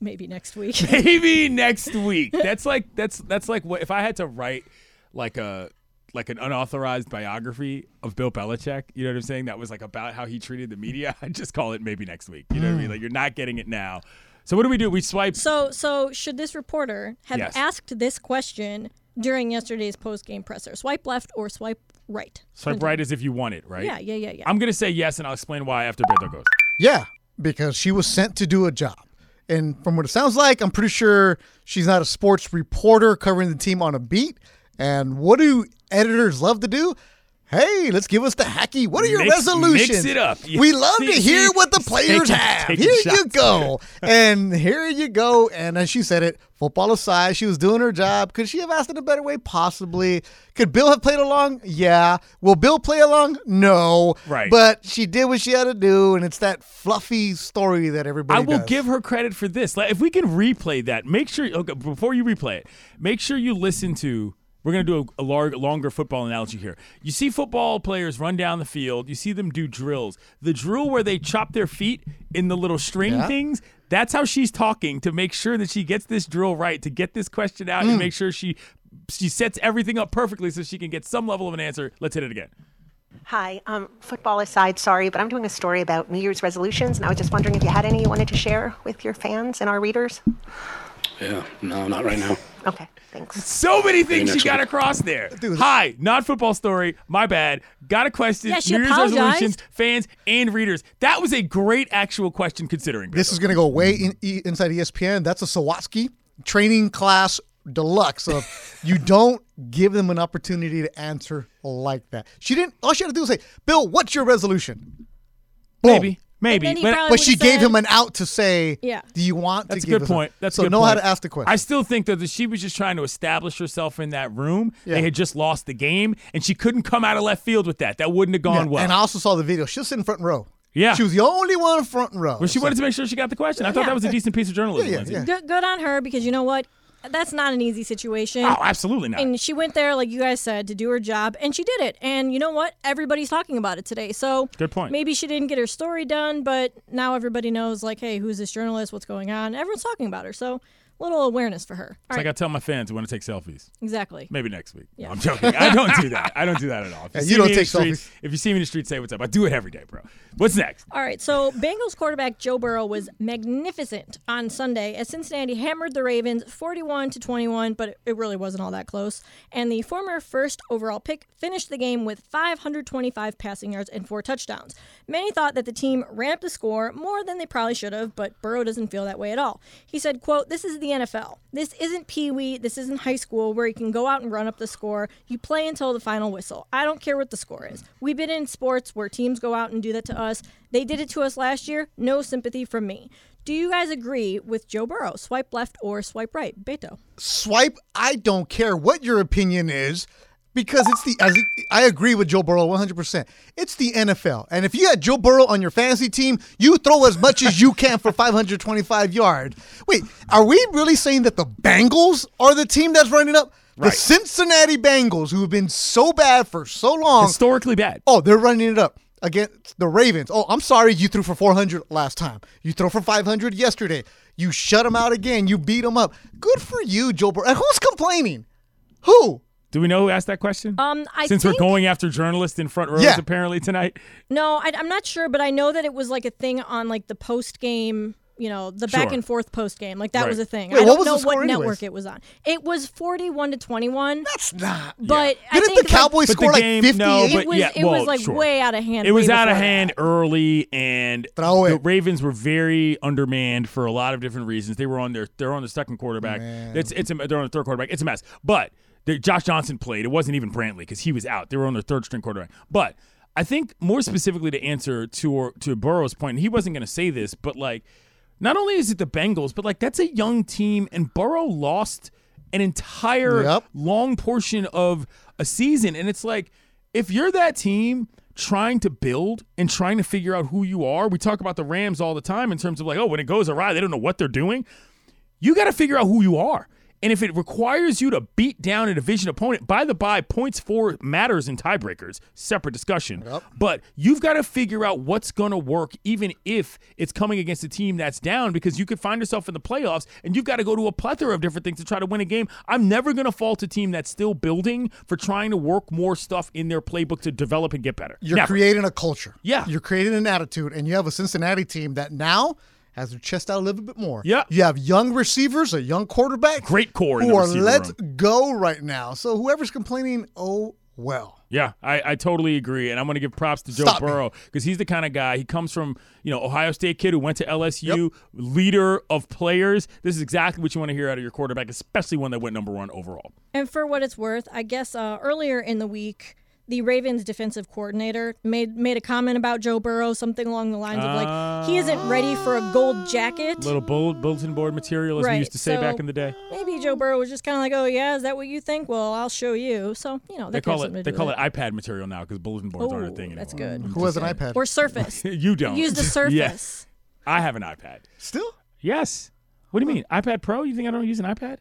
S4: Maybe next week.
S1: maybe next week. That's like that's that's like what if I had to write like a like an unauthorized biography of Bill Belichick. You know what I'm saying? That was like about how he treated the media. I'd just call it maybe next week. You know
S2: Mm.
S1: what I mean? Like you're not getting it now. So what do we do? We swipe.
S4: So, so should this reporter have
S1: Yes.
S4: asked this question during yesterday's post-game presser? Swipe left or swipe right?
S1: swipe right as if you want it, right?
S4: Yeah, yeah, yeah, yeah.
S1: I'm gonna say yes, and I'll explain why after Beto goes.
S3: Yeah, because she was sent to do a job. And from what it sounds like, I'm pretty sure she's not a sports reporter covering the team on a beat. And what do editors love to do? Hey, let's give us the hacky. What are your
S1: Mix-
S3: resolutions?
S1: mix it up. Yeah.
S3: We love
S1: See-
S3: to hear
S1: see-
S3: what the
S1: He's
S3: players
S1: taking-
S3: have.
S1: taking
S3: Here you
S1: shots.
S3: go. and here you go. And as she said it, football aside, she was doing her job. Could she have asked in a better way? Possibly. Could Bill have played along? Yeah. Will Bill play along? No.
S1: Right.
S3: But she did what she had to do, and it's that fluffy story that everybody
S1: I will
S3: does.
S1: give her credit for this. Like, if we can replay that, make sure okay, before you replay it, make sure you listen to. We're gonna do a, a lar- longer football analogy here. You see football players run down the field. You see them do drills. The drill where they chop their feet in the little string
S3: Yeah.
S1: things. That's how she's talking to make sure that she gets this drill right, to get this question out,
S3: Mm.
S1: and make sure she she sets everything up perfectly so she can get some level of an answer. Let's hit it again.
S10: Hi, um, football aside, sorry, but I'm doing a story about New Year's resolutions, and I was just wondering if you had any you wanted to share with your fans and our readers.
S11: Yeah, no, not right now.
S10: Okay, thanks.
S1: So many things
S11: Next
S1: she got
S11: week.
S1: across there. Hi, not football story. My bad. Got a question.
S4: Yeah, she
S1: New Year's
S4: apologized.
S1: resolutions, fans, and readers. That was a great actual question considering.
S3: This is going to go way in, e, inside ESPN. That's a Sawatsky training class deluxe of you don't give them an opportunity to answer like that. She didn't. All she had to do was say, "Bill, what's your resolution?" Boom.
S1: Maybe, maybe.
S4: then he
S1: But,
S4: probably
S3: But she
S4: would've
S3: gave
S4: said-
S3: him an out to say,
S4: Yeah.
S3: "Do you want
S1: that's a
S3: to?" give
S1: good
S3: us a-"
S1: point. That's a
S3: so
S1: good
S3: know how
S1: point.
S3: to ask the question.
S1: I still think though that she was just trying to establish herself in that room.
S3: Yeah.
S1: They had just lost the game, and she couldn't come out of left field with that. That wouldn't have gone
S3: Yeah,
S1: well.
S3: And I also saw the video. She was in front row.
S1: Yeah.
S3: she was the only one in front row.
S1: well, she
S3: So-
S1: wanted to make sure she got the question. I thought
S4: Yeah.
S1: that was a decent piece of journalism.
S3: yeah,
S1: Lindsay.
S4: Good, good on her because you know what? That's not an easy situation.
S1: Oh, absolutely not.
S4: And she went there, like you guys said, to do her job, and she did it. And you know what? Everybody's talking about it today. So
S1: Good point.
S4: Maybe she didn't get her story done, but now everybody knows, like, hey, who's this journalist? What's going on? Everyone's talking about her. So a little awareness for her.
S1: It's
S4: All right,
S1: like I tell my fans, I want to take selfies.
S4: exactly.
S1: Maybe next week.
S4: Yeah.
S1: No, I'm joking. I don't do that. I don't do that at all. If
S3: Yeah,
S1: see
S3: you don't
S1: me in the
S3: take
S1: streets- If you see me in the street, say what's up. I do it every day, bro. What's next?
S4: All right, so Bengals quarterback Joe Burrow was magnificent on Sunday as Cincinnati hammered the Ravens 41 to 21, but it really wasn't all that close. And the former first overall pick finished the game with 525 passing yards and four touchdowns. Many thought that the team ran up the score more than they probably should have, but Burrow doesn't feel that way at all. He said, "quote This is the NFL. This isn't Pee Wee. This isn't high school where you can go out and run up the score. You play until the final whistle. I don't care what the score is. We've been in sports where teams go out and do that to us. They did it to us last year. No sympathy from me." Do you guys agree with Joe Burrow? Swipe left or swipe right, Beto?
S3: swipe. I don't care what your opinion is because it's the. As I agree with Joe Burrow 100%. It's the NFL. And if you had Joe Burrow on your fantasy team, you throw as much as you can for 525 yards. Wait, are we really saying that the Bengals are the team that's running up?
S1: Right.
S3: The Cincinnati Bengals, who have been so bad for so long.
S1: Historically bad.
S3: Oh, they're running it up against the Ravens. Oh, I'm sorry, you threw for 400 last time. You threw for 500 yesterday. You shut them out again. You beat them up. Good for you, Joe Burrow. And who's complaining? Who?
S1: Do we know who asked that question?
S4: Um, I
S1: Since
S4: think-
S1: we're going after journalists in front rows
S3: Yeah.
S1: apparently tonight.
S4: No, I, I'm not sure, but I know that it was like a thing on like the post game. You know, the back
S1: Sure.
S4: and forth post game, like that
S1: Right.
S4: was a thing. I
S3: Wait, what
S4: don't
S3: was the
S4: know
S3: score
S4: what
S3: anyways?
S4: network it was on. It was 41 to 21.
S3: That's not.
S4: But I
S3: Didn't
S4: think
S3: the Cowboys
S1: But
S3: score
S1: the
S3: like
S1: game,
S3: 58?
S1: no,
S4: Like,
S1: but
S4: it was
S1: yeah,
S4: it
S1: well,
S4: was like
S1: sure.
S4: way out of hand.
S1: It was
S4: way
S1: out of
S4: before that.
S1: hand early, and
S3: Throw
S1: the
S3: it.
S1: Ravens were very undermanned for a lot of different reasons. They were on their they're on their second quarterback. It's it's a, they're on their third quarterback. It's a mess. But the, Josh Johnson played. It wasn't even Brantley because he was out. They were on their third string quarterback. But I think more specifically to answer to or, to Burrow's point, and he wasn't going to say this, but like not only is it the Bengals, but like that's a young team, and Burrow lost an entire
S3: Yep.
S1: long portion of a season. And it's like, if you're that team trying to build and trying to figure out who you are, we talk about the Rams all the time in terms of like, oh, when it goes awry, they don't know what they're doing. You got to figure out who you are. And if it requires you to beat down a division opponent, by the by, points for matters in tiebreakers, separate discussion. But you've got to figure out what's going to work, even if it's coming against a team that's down, because you could find yourself in the playoffs and you've got to go to a plethora of different things to try to win a game. I'm never going to fault a team that's still building for trying to work more stuff in their playbook to develop and get better.
S3: You're
S1: Never.
S3: creating a culture.
S1: Yeah.
S3: You're creating an attitude, and you have a Cincinnati team that now has their chest out a little bit more.
S1: Yeah.
S3: You have young receivers, a young quarterback.
S1: Great core in
S3: Who
S1: the
S3: are
S1: receiver
S3: let
S1: room.
S3: go right now. So whoever's complaining, oh well.
S1: Yeah, I, I totally agree, and I'm going to give props to Joe
S3: Stop me.
S1: Burrow because he's the kind of guy. He comes from you know Ohio State kid who went to LSU, leader of players. This is exactly what you want to hear out of your quarterback, especially one that went number one overall.
S4: And for what it's worth, I guess uh, earlier in the week, the Ravens defensive coordinator made made a comment about Joe Burrow, something along the lines of like he isn't ready for a gold jacket.
S1: Little bull- bulletin board material, as we used to say
S4: so
S1: back in the day.
S4: Maybe Joe Burrow was just kind of like, "Oh yeah, is that what you think? Well, I'll show you." So you
S1: They
S4: know, Oh, that could have
S1: call
S4: something
S1: it
S4: to
S1: they
S4: do
S1: call
S4: with
S1: it iPad material now because bulletin boards aren't a thing anymore.
S4: That's good.
S3: Who has an iPad?
S4: Or Surface.
S1: you don't
S4: Use the Surface.
S1: Yes. I have an iPad.
S3: Still?
S1: Yes. What do you mean iPad Pro? You think I don't use an iPad?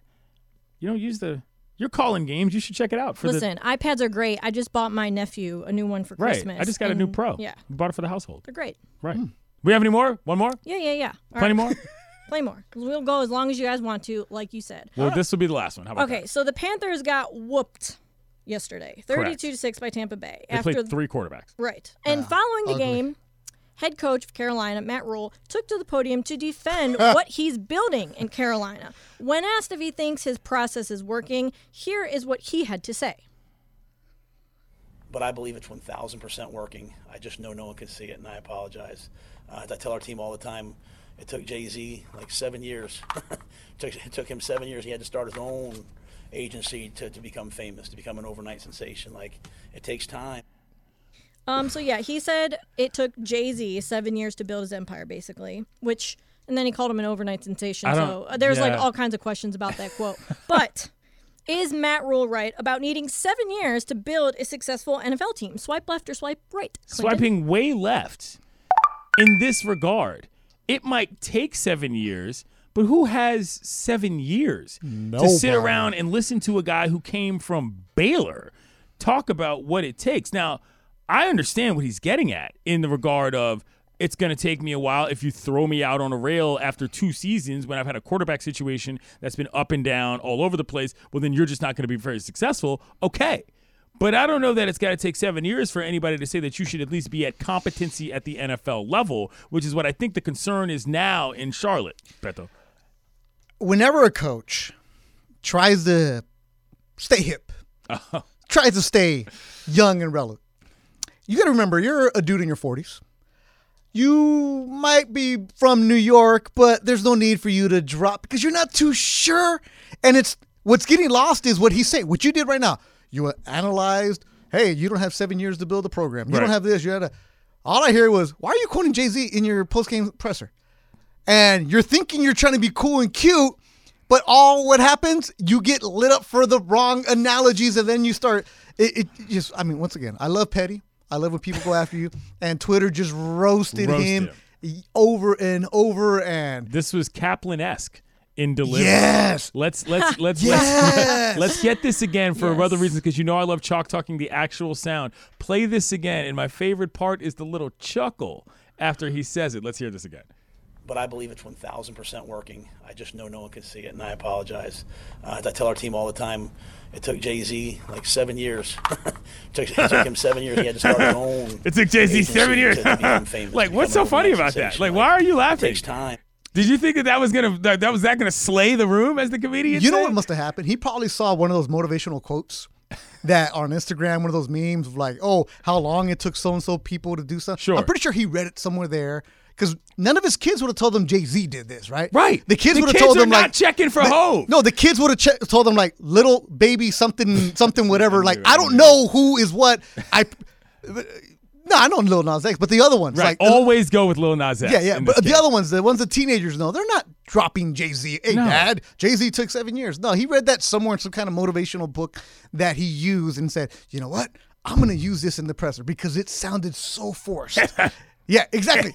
S1: You don't use the. You're calling games. You should check it out. For
S4: Listen, iPads are great. I just bought my nephew a new one for
S1: the, right.
S4: Christmas.
S1: I just got a new
S4: and-
S1: Pro.
S4: Yeah,
S1: Bought it for the household.
S4: they're great.
S1: Right. We have any more? One more?
S4: Yeah, yeah, yeah. All
S1: Plenty
S4: right.
S1: more?
S4: Play more. We'll go as long as you guys want to, like you said.
S1: Well, this will be the last one. How about
S4: Okay, so the Panthers got whooped yesterday,
S1: Correct.
S4: thirty-two to six by Tampa Bay.
S1: that? They played three quarterbacks.
S4: Right. And
S12: Ah,
S4: following the
S1: ugly.
S4: game, head coach of Carolina, Matt Rule, took to the podium to defend what he's building in Carolina. When asked if he thinks his process is working, here is what he had to say.
S8: but I believe it's 1,000% working. I just know no one can see it, and I apologize. Uh, as I tell our team all the time, it took Jay Z like seven years. it, took, it took him seven years. He had to start his own agency to, to become famous, to become an overnight sensation. Like, it takes time.
S4: Um, so yeah, he said it took Jay Z seven years to build his empire, basically. Which, and then he called him an overnight sensation.
S12: I don't-
S4: So uh, there's like
S12: yeah.
S4: all kinds of questions about that quote. but is Matt Rule right about needing seven years to build a successful NFL team? Swipe left or swipe right? Clinton?
S1: swiping way left in this regard. It might take seven years, but who has seven years to sit
S13: Nobody.
S1: around and listen to a guy who came from Baylor talk about what it takes? Now, I understand what he's getting at in the regard of it's going to take me a while if you throw me out on a rail after two seasons when I've had a quarterback situation that's been up and down all over the place. Well, then you're just not going to be very successful. Okay. But I don't know that it's got to take seven years for anybody to say that you should at least be at competency at the NFL level, which is what I think the concern is now in Charlotte. Beto.
S3: whenever a coach tries to stay hip, tries to stay young and relevant, you got to remember you're a dude in your 40s. You might be from New York, but there's no need for you to drop because you're not too sure. And it's what's getting lost is what he's saying, what you did right now. You analyzed, hey, you don't have seven years to build a program. You
S14: Right.
S3: don't have this. You had a. All I hear was, why are you quoting Jay Z in your post game presser? and you're thinking you're trying to be cool and cute, but all what happens, you get lit up for the wrong analogies, and then you start. It, it just, I mean, once again, I love petty. I love when people go after you, and Twitter just roasted,
S1: Roasted
S3: him, over and over, and
S1: This was Kaplan esque in delivery.
S3: Yes.
S1: Let's let's let's
S3: Yes.
S1: let's, let's get this again for other reasons because you know I love chalk talking the actual sound. Play this again, and my favorite part is the little chuckle after he says it. Let's hear this again.
S8: but I believe it's 1,000% working. I just know no one can see it, and I apologize. Uh, as I tell our team all the time, it took Jay Z like seven years. it, took, it took him seven years. He had to start his own.
S1: It took Jay Z seven
S8: agency
S1: years.
S8: to become famous,
S1: like,
S8: to
S1: what's so
S8: become an
S1: funny
S8: overnight
S1: about that? Like,
S8: sensation.
S1: why are you laughing?
S8: takes time.
S1: Did you think that that was gonna that, that was that gonna slay the room as the comedian?
S3: You know
S1: said?
S3: what must have happened? He probably saw one of those motivational quotes that on Instagram, one of those memes of like, oh, how long it took so and so people to do something.
S1: Sure.
S3: I'm pretty sure he read it somewhere there because none of his kids would have told him Jay Z did this, right?
S1: Right.
S3: The kids
S1: The
S3: would have
S1: kids
S3: told
S1: are
S3: him
S1: not
S3: like
S1: checking for
S3: the-
S1: hoes.
S3: No, the kids would have che- told him like little baby something something whatever. like I don't know who is what. I no, I know Lil Nas X, but the other ones
S1: Right.
S3: like
S1: Always go with Lil Nas X.
S3: yeah, yeah.
S1: in
S3: But
S1: this
S3: the
S1: case.
S3: other ones, the ones the teenagers know, they're not dropping Jay Z. Hey,
S1: No.
S3: Dad, Jay Z took seven years. No, he read that somewhere in some kind of motivational book that he used and said, you know what? I'm going to use this in the presser because it sounded so forced. yeah, exactly.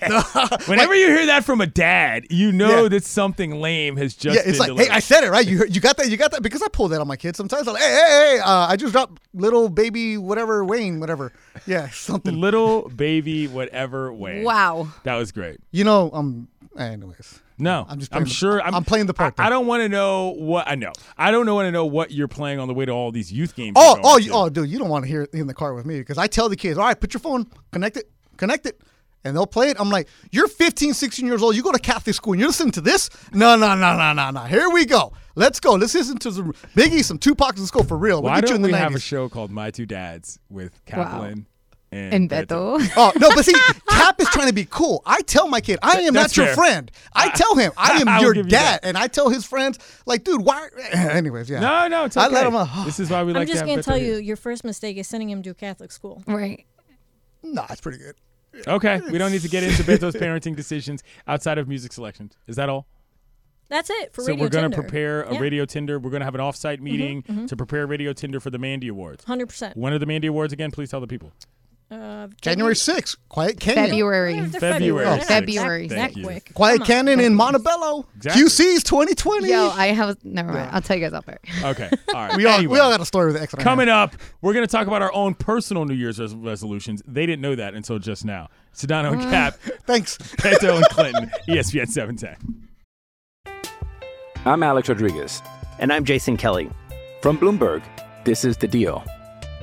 S1: Whenever you hear that from a dad, you know
S3: Yeah.
S1: that something lame has just.
S3: yeah,
S1: been
S3: it's like,
S1: delivered.
S3: hey, I said it right. You heard- you got that? You got that? Because I pull that on my kids sometimes. I'm like, hey, hey, hey, uh, I just dropped little baby whatever Wayne whatever. Yeah, something.
S1: little baby, whatever way.
S3: Wow.
S1: that was great.
S3: You know, um. Anyways,
S1: No,
S3: I'm just.
S1: I'm
S3: playing the-
S1: sure. I'm,
S3: I'm playing the part.
S1: I don't want to know what I know. I don't want to know what you're playing on the way to all these youth games.
S3: Oh,
S1: you're
S3: oh,
S1: going
S3: you,
S1: to.
S3: oh, dude, you don't want to hear it in the car with me because I tell the kids, all right, put your phone, connect it, connect it, and they'll play it. I'm like, you're 15, 16 years old. You go to Catholic school and you're listening to this? No, no, no, no, no, no. Here we go. Let's go. Let's listen to some Biggie, some Tupac. Let's go for real. We'll
S1: Why
S3: get oh,
S1: don't
S3: you in the
S1: we
S3: 90s.
S1: have a show called My Two Dads with Kaplan and,
S3: And
S1: Beto.
S3: Oh no, but see, Cap is trying to be cool. I tell my kid, I am
S1: that's
S3: not your
S1: fair.
S3: friend. I tell him, I am
S1: I will
S3: your
S1: give
S3: dad,
S1: you that.
S3: and I tell his friends, like, dude, why? Anyways, yeah.
S1: No, no, it's
S3: I
S1: okay.
S3: let him. uh,
S1: This is why we
S4: I'm just gonna tell you, your first mistake is sending him to a Catholic school.
S2: Right.
S3: Nah, it's pretty good.
S1: Okay, we don't need to get into Beto's parenting decisions outside of music selections. Is that all?
S4: That's it for
S1: so
S4: Radio
S1: we're gonna
S4: Tinder.
S1: prepare a
S4: Yeah.
S1: Radio Tinder. We're going to have an off-site meeting
S4: mhm.
S1: to prepare Radio Tinder for the Mandy Awards.
S4: 100%.
S1: When are the Mandy Awards again? Please tell the people.
S4: Uh,
S3: January 6th, Quiet Canyon.
S2: February.
S4: They're
S1: February.
S3: Oh.
S1: sixth.
S2: February.
S1: Thank you.
S3: Quiet Canyon in Montebello.
S1: Exactly.
S3: QC's 2020.
S2: Yo, I have never mind. I'll tell you guys off air.
S1: Okay. All right.
S3: We all- we
S1: Anyway.
S3: all got a story with X on our
S1: Coming up, we're going to talk about our own personal New Year's res- resolutions. They didn't know that until just now. Sedano and
S3: Uh.
S1: Cap.
S3: Thanks.
S1: Beto and Clinton. E ESPN 710.
S15: I'm Alex Rodriguez.
S16: And I'm Jason Kelly.
S15: From Bloomberg, this is The Deal.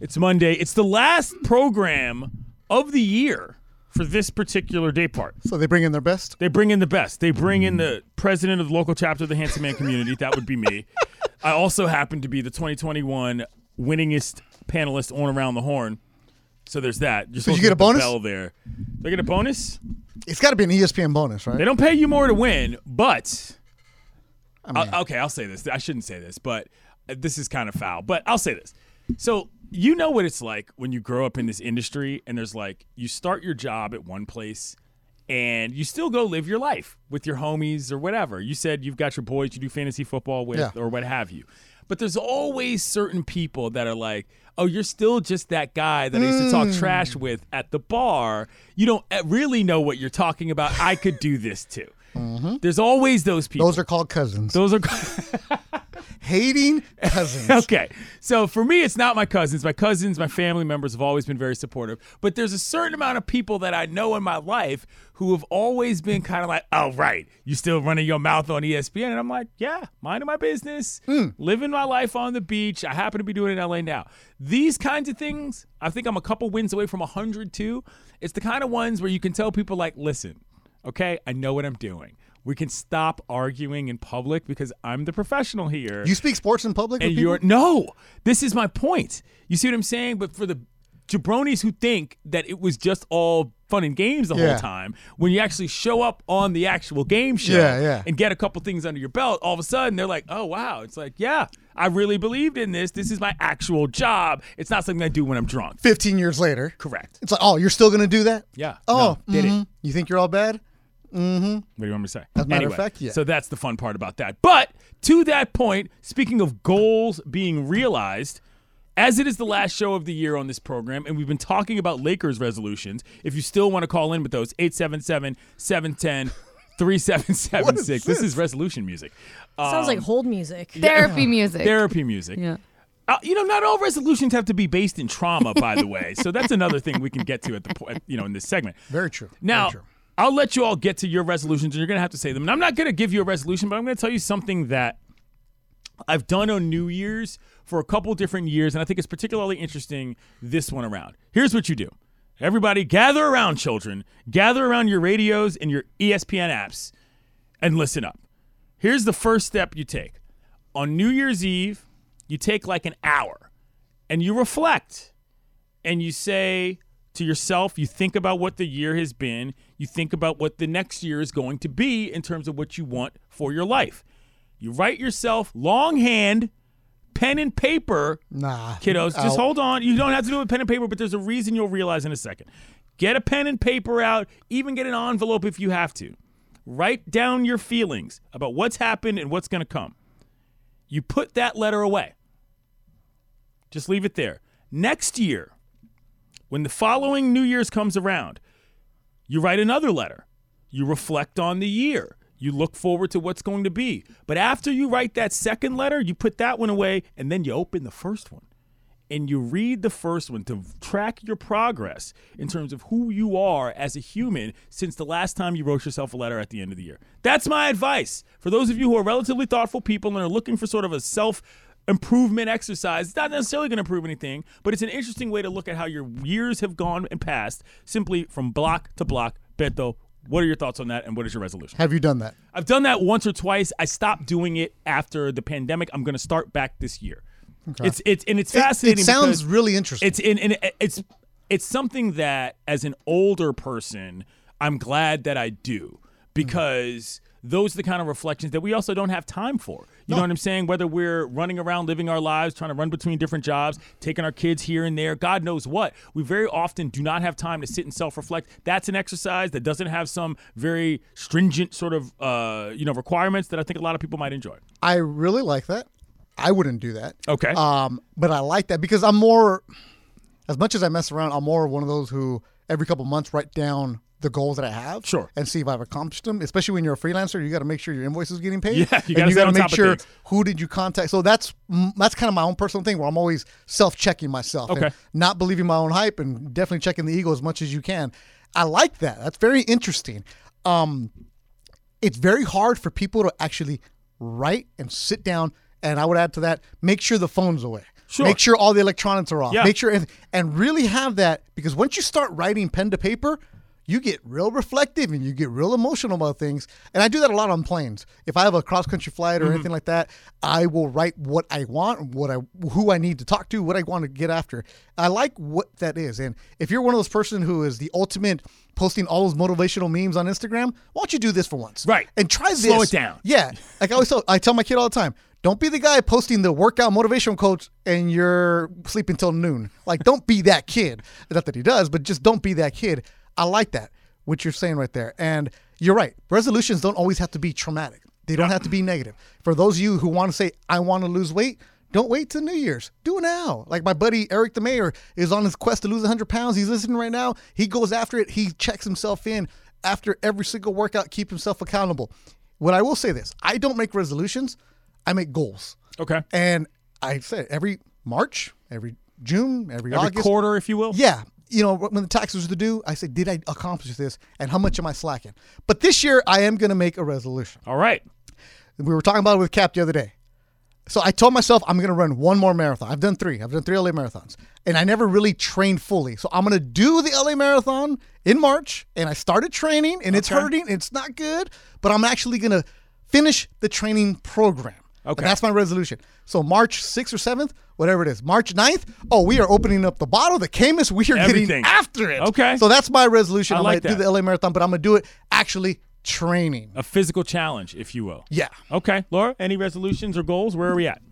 S1: It's Monday. It's the last program of the year for this particular day part.
S3: So they bring in their best.
S1: They bring in the best. They bring in the president of the local chapter of the Handsome Man community. That would be me. I also happen to be the 2021 winningest panelist on Around the Horn. So there's that. You're
S3: So
S1: supposed
S3: you
S1: to
S3: get
S1: hit
S3: a
S1: the
S3: bonus?
S1: Bell there. Do I get a bonus?
S3: It's got to be an E ESPN bonus, right?
S1: They don't pay you more to win, but I- okay, I'll say this. I shouldn't say this, but uh, this is kind of foul. But I'll say this. So you know what it's like when you grow up in this industry, and there's like you start your job at one place, and you still go live your life with your homies or whatever. You said you've got your boys you do fantasy football with,
S12: Yeah.
S1: or what have you. But there's always certain people that are like, oh, you're still just that guy that I used to talk
S12: Mm.
S1: trash trash with at the bar, you don't eh, really know what you're talking about. I could do this too. There's always those people.
S3: Mm-hmm. Those are called cousins.
S1: Those are
S3: hating cousins.
S1: okay. So for me, it's not my cousins. My cousins, my family members have always been very supportive. But there's a certain amount of people that I know in my life who have always been kind of like, oh, right, you still running your mouth on E ESPN. And I'm like, yeah, minding my business,
S3: Hmm.
S1: living my life on the beach. I happen to be doing it in LA now. These kinds of things, I think I'm a couple wins away from 102. It's the kind of ones where you can tell people, like, listen, okay, I know what I'm doing. We can stop arguing in public because I'm the professional here.
S3: You speak sports in public.
S1: And
S3: with
S1: you're
S3: people?
S1: no. This is my point. You see what I'm saying? But for the jabronis who think that it was just all fun and games the
S12: Yeah.
S1: whole time, when you actually show up on the actual game show
S12: Yeah, yeah.
S1: and get a couple things under your belt, all of a sudden they're like, "Oh wow!" It's like, "Yeah, I really believed in this. This is my actual job. It's not something I do when I'm drunk."
S3: Fifteen years later.
S1: Correct.
S3: It's like, oh, you're still gonna do that?
S1: Yeah.
S3: Oh,
S1: No, did it.
S3: mhm. You think you're all bad? Mm-hmm.
S1: What do you want me to say?
S3: As a matter of
S1: Anyway,
S3: fact, yeah.
S1: So that's the fun part about that. But to that point, speaking of goals being realized, as it is the last show of the year on this program, and we've been talking about Lakers resolutions, if you still want to call in with those, 877 710 3776. This is resolution music.
S4: Sounds like
S1: Um,
S4: hold music.
S1: yeah. Therapy music. Yeah. Uh, you know, not all resolutions have to be based in trauma, by the way. So that's another thing we can get to at the point, you know, in this segment.
S3: Very true.
S1: Now, I'll let you all get to your resolutions, and you're going to have to say them. And I'm not going to give you a resolution, but I'm going to tell you something that I've done on New Year's for a couple different years, and I think it's particularly interesting this one around. Here's what you do everybody gather around, children, gather around your radios and your E ESPN apps, and listen up. Here's the first step you take on New Year's Eve, you take like an hour and you reflect and you say to yourself, you think about what the year has been, you think about what the next year is going to be in terms of what you want for your life. You write yourself longhand, pen and paper,
S3: Nah.
S1: kiddos. Just
S3: Out.
S1: hold on. You don't have to do it with pen and paper, but there's a reason you'll realize in a second. Get a pen and paper out, even get an envelope if you have to. Write down your feelings about what's happened and what's going to come. You put that letter away. Just leave it there. Next year, when the following New Year's comes around, you write another letter. You reflect on the year. You look forward to what's going to be. But after you write that second letter, you put that one away and then you open the first one and you read the first one to track your progress in terms of who you are as a human since the last time you wrote yourself a letter at the end of the year. That's my advice for those of you who are relatively thoughtful people and are looking for sort of a self improvement exercise. It's not necessarily going to improve anything, but it's an interesting way to look at how your years have gone and passed simply from block to block. Beto, what are your thoughts on that and what is your resolution?
S3: Have you done that?
S1: I've done that once or twice. I stopped doing it after the pandemic. I'm going to start back this year.
S3: Okay.
S1: It's it's and it's
S3: It- it
S1: fascinating.
S3: sounds
S1: because
S3: really interesting.
S1: It's in and it- it's it's something that as an older person, I'm glad that I do because those are the kind of reflections that we also don't have time for. You know what I'm saying? Whether we're running around living our lives, trying to run between different jobs, taking our kids here and there, God knows what, we very often do not have time to sit and self-reflect. That's an exercise that doesn't have some very stringent sort of uh, you know requirements that I think a lot of people might enjoy.
S3: I really like that. I wouldn't do that.
S1: Okay.
S3: Um, but I like that because I'm more, as much as I mess around, I'm more one of those who every couple months write down the goals that I have. Sure. And see if I've accomplished them. Especially when you're a freelancer, you got to make sure your invoice is getting paid.
S1: Yeah, you
S3: And
S1: gotta stay
S3: gotta
S1: on
S3: make
S1: top of
S3: sure
S1: things.
S3: who did you contact. So that's mm, that's kind of my own personal thing where I'm always self checking myself. and
S1: Okay.
S3: not believing my own hype and definitely checking the ego as much as you can. I like that. That's very interesting. Um, it's very hard for people to actually write and sit down. And I would add to that, make sure the phone's away.
S12: Sure.
S3: Make sure all the electronics are off.
S12: Yeah.
S3: Make sure and, and really have that because once you start writing pen to paper, you get real reflective and you get real emotional about things. And I do that a lot on planes. If I have a cross country flight or
S12: Mhm.
S3: anything like that, I will write what I want, what I who I need to talk to, what I want to get after. I like what that is. And if you're one of those person who is the ultimate posting all those motivational memes on Instagram, why don't you do this for once? Right. And try this.
S1: Slow it down.
S3: Yeah. Like I always tell, I tell my kid all the time, don't be the guy posting the workout motivational coach and you're sleeping till noon. Like, don't be that kid. Not that he does, but just don't be that kid. I like that, what you're saying right there. And you're right. Resolutions don't always have to be traumatic. They don't have to be negative. For those of you who want to say, I want to lose weight, don't wait till New Year's. Do it now. Like my buddy Eric the Mayor is on his quest to lose 100 pounds. He's listening right now. He goes after it. He checks himself in after every single workout, keep himself accountable. What I will say this I don't make resolutions, I make goals.
S1: Okay.
S3: And I said every March, every June, every,
S1: Every
S3: August.
S1: quarter, if you will.
S3: Yeah. You know, when the taxes are due, I say, did I accomplish this and how much am I slacking? But this year, I am going to make a resolution.
S1: All right.
S3: We were talking about it with Cap the other day. So I told myself I'm going to run one more marathon. I've done three. I've done three LA marathons, and I never really trained fully. So I'm going to do the LA marathon in March, and I started training, and it's hurting. It's not good, but I'm actually going to finish the training program. Okay, that's my resolution. So March 6th or 7th, whatever it is, March 9th. Oh, we are opening up the bottle, the Camus. We are
S1: Everything.
S3: getting after it.
S1: Okay.
S3: So that's my resolution.
S1: I
S3: I'm
S1: like
S3: gonna do
S1: that.
S3: the LA marathon, but I'm going to do it actually training.
S1: A physical challenge, if you will.
S3: Yeah.
S1: Okay, Laura, any resolutions or goals? Where are we at?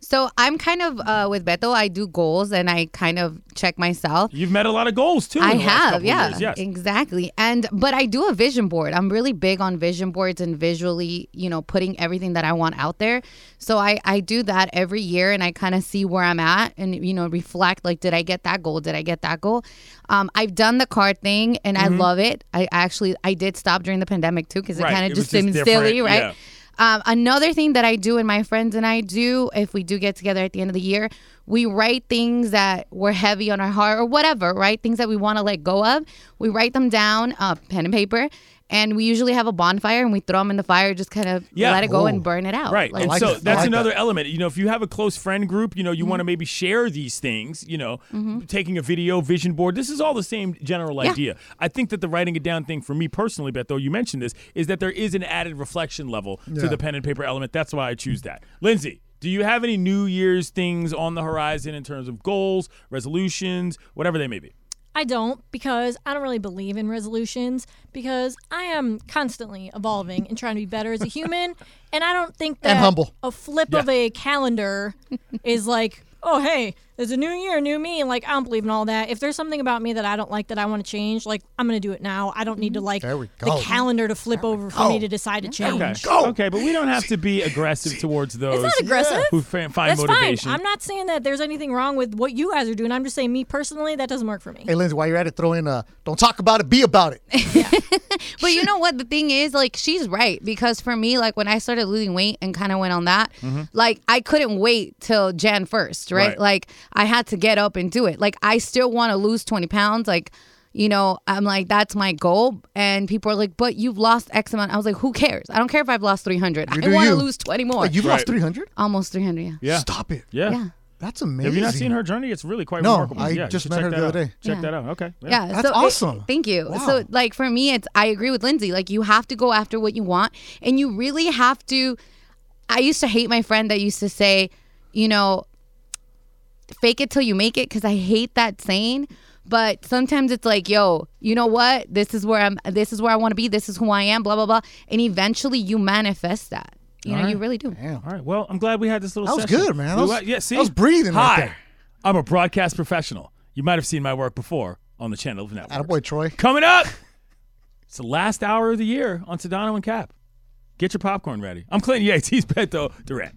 S2: So I'm kind of uh, with Beto. I do goals and I kind of check myself.
S1: You've met a lot of goals too. in
S2: I
S1: the last couple
S2: have,
S1: of
S2: yeah,
S1: years, Yes.
S2: exactly. And but I do a vision board. I'm really big on vision boards and visually, you know, putting everything that I want out there. So I I do that every year, and I kind of see where I'm at, and you know, reflect like, did I get that goal? Did I get that goal? Um, I've done the card thing, and
S1: Mm-hmm.
S13: Mhm.
S2: I love it. I actually I did stop during the pandemic too because
S13: Right,
S2: it kind
S13: it
S2: of
S13: was
S2: just
S13: just
S2: seemed
S13: different,
S2: silly, right?
S13: yeah.
S2: Um, another thing that I do and my friends and I do, if we do get together at the end of the year, we write things that were heavy on our heart or whatever, right? Things that we want to let go of. We write them down, uh, pen and paper, and we usually have a bonfire and we throw them in the fire, just kind of
S1: Yeah.
S2: let it go
S1: Ooh.
S2: and burn it out.
S1: Right.
S2: Like-
S1: and so that's another element. You know, if you have a close friend group, you know, you want to
S2: Mm-hmm.
S1: maybe share these things, you know,
S2: Mhm.
S1: taking a video, vision board. This is all the same general
S14: Yeah.
S1: idea. I think that the writing it down thing for me personally, Beth, though you mentioned this, is that there is an added reflection level to
S14: Yeah.
S1: the pen and paper element. That's why I choose that. Lindsay, do you have any New Year's things on the horizon in terms of goals, resolutions, whatever they may be?
S4: I don't because I don't really believe in resolutions because I am constantly evolving and trying to be better as a human. and I don't think that
S3: And humble.
S4: a flip of
S3: Yeah.
S4: a calendar is like, oh, hey, there's a new year, new me. And like, I don't believe in all that. If there's something about me that I don't like that I want to change, like, I'm going to do it now. I don't need to like
S1: Mm-hmm. There we
S4: the
S1: go.
S4: calendar to flip over for me
S1: go.
S4: to decide to change.
S1: Okay. Okay, but we don't have to be aggressive towards those
S4: not aggressive.
S1: who fa- find
S4: That's
S1: motivation.
S4: fine. I'm not saying that there's anything wrong with what you guys are doing. I'm just saying, me personally, that doesn't work for me.
S3: Hey, Lindsay, while you're at it, throw in uh, don't talk about it, be about it.
S2: but you know what? The thing is, like, she's right because for me, like, when I
S3: Mm-hmm.
S2: started losing weight and kind of went on that,
S13: Mhm.
S2: like, I couldn't wait till Jan 1st, right?
S13: Right.
S2: Like, I had to get up and do it. Like I still want to lose 20 pounds. Like, you know, I'm like, that's my goal. And people are like, but you've lost X amount. I was like, who cares? I don't care if I've lost 300.
S3: You
S2: I
S3: do
S2: want to
S3: you.
S2: lose 20 more.
S3: Wait, you've lost Right. 300?
S2: Almost 300, yeah.
S1: Yeah.
S3: Stop it.
S1: Yeah.
S3: That's amazing.
S1: Have you not seen her journey? It's really quite
S3: No,
S1: remarkable.
S3: I
S1: Yeah, you
S3: just
S1: should
S3: met
S1: check
S3: her
S1: that
S3: the
S1: out.
S3: other day.
S1: Check
S2: Yeah.
S1: that out. Okay.
S2: Yeah,
S3: That's
S2: so it-
S3: awesome.
S2: thank you. So, like for me, it's I agree with Lindsay. Like you have to go after what you want, and you really have to. I used to hate my friend that used to say, you know, fake it till you make it, because I hate that saying. But sometimes it's like, yo, you know what? This is where I'm. This is where I want to be. This is who I am. Blah blah blah. And eventually, you manifest that. You know,
S1: All right.
S2: you really do.
S1: All right. Well, I'm glad we had this little.
S2: That was
S1: session.
S2: good, man.
S1: We
S2: That
S1: wa-
S2: was-
S1: yeah, see,
S2: that was breathing right
S1: Hi,
S2: there.
S1: I'm a broadcast professional. You might have seen my work before on the Channel Network.
S3: Attaboy, Troy.
S1: Coming up, it's the last hour of the year on Sedano and Cap. Get your popcorn ready. I'm Clinton Yates. He's Beto Durant.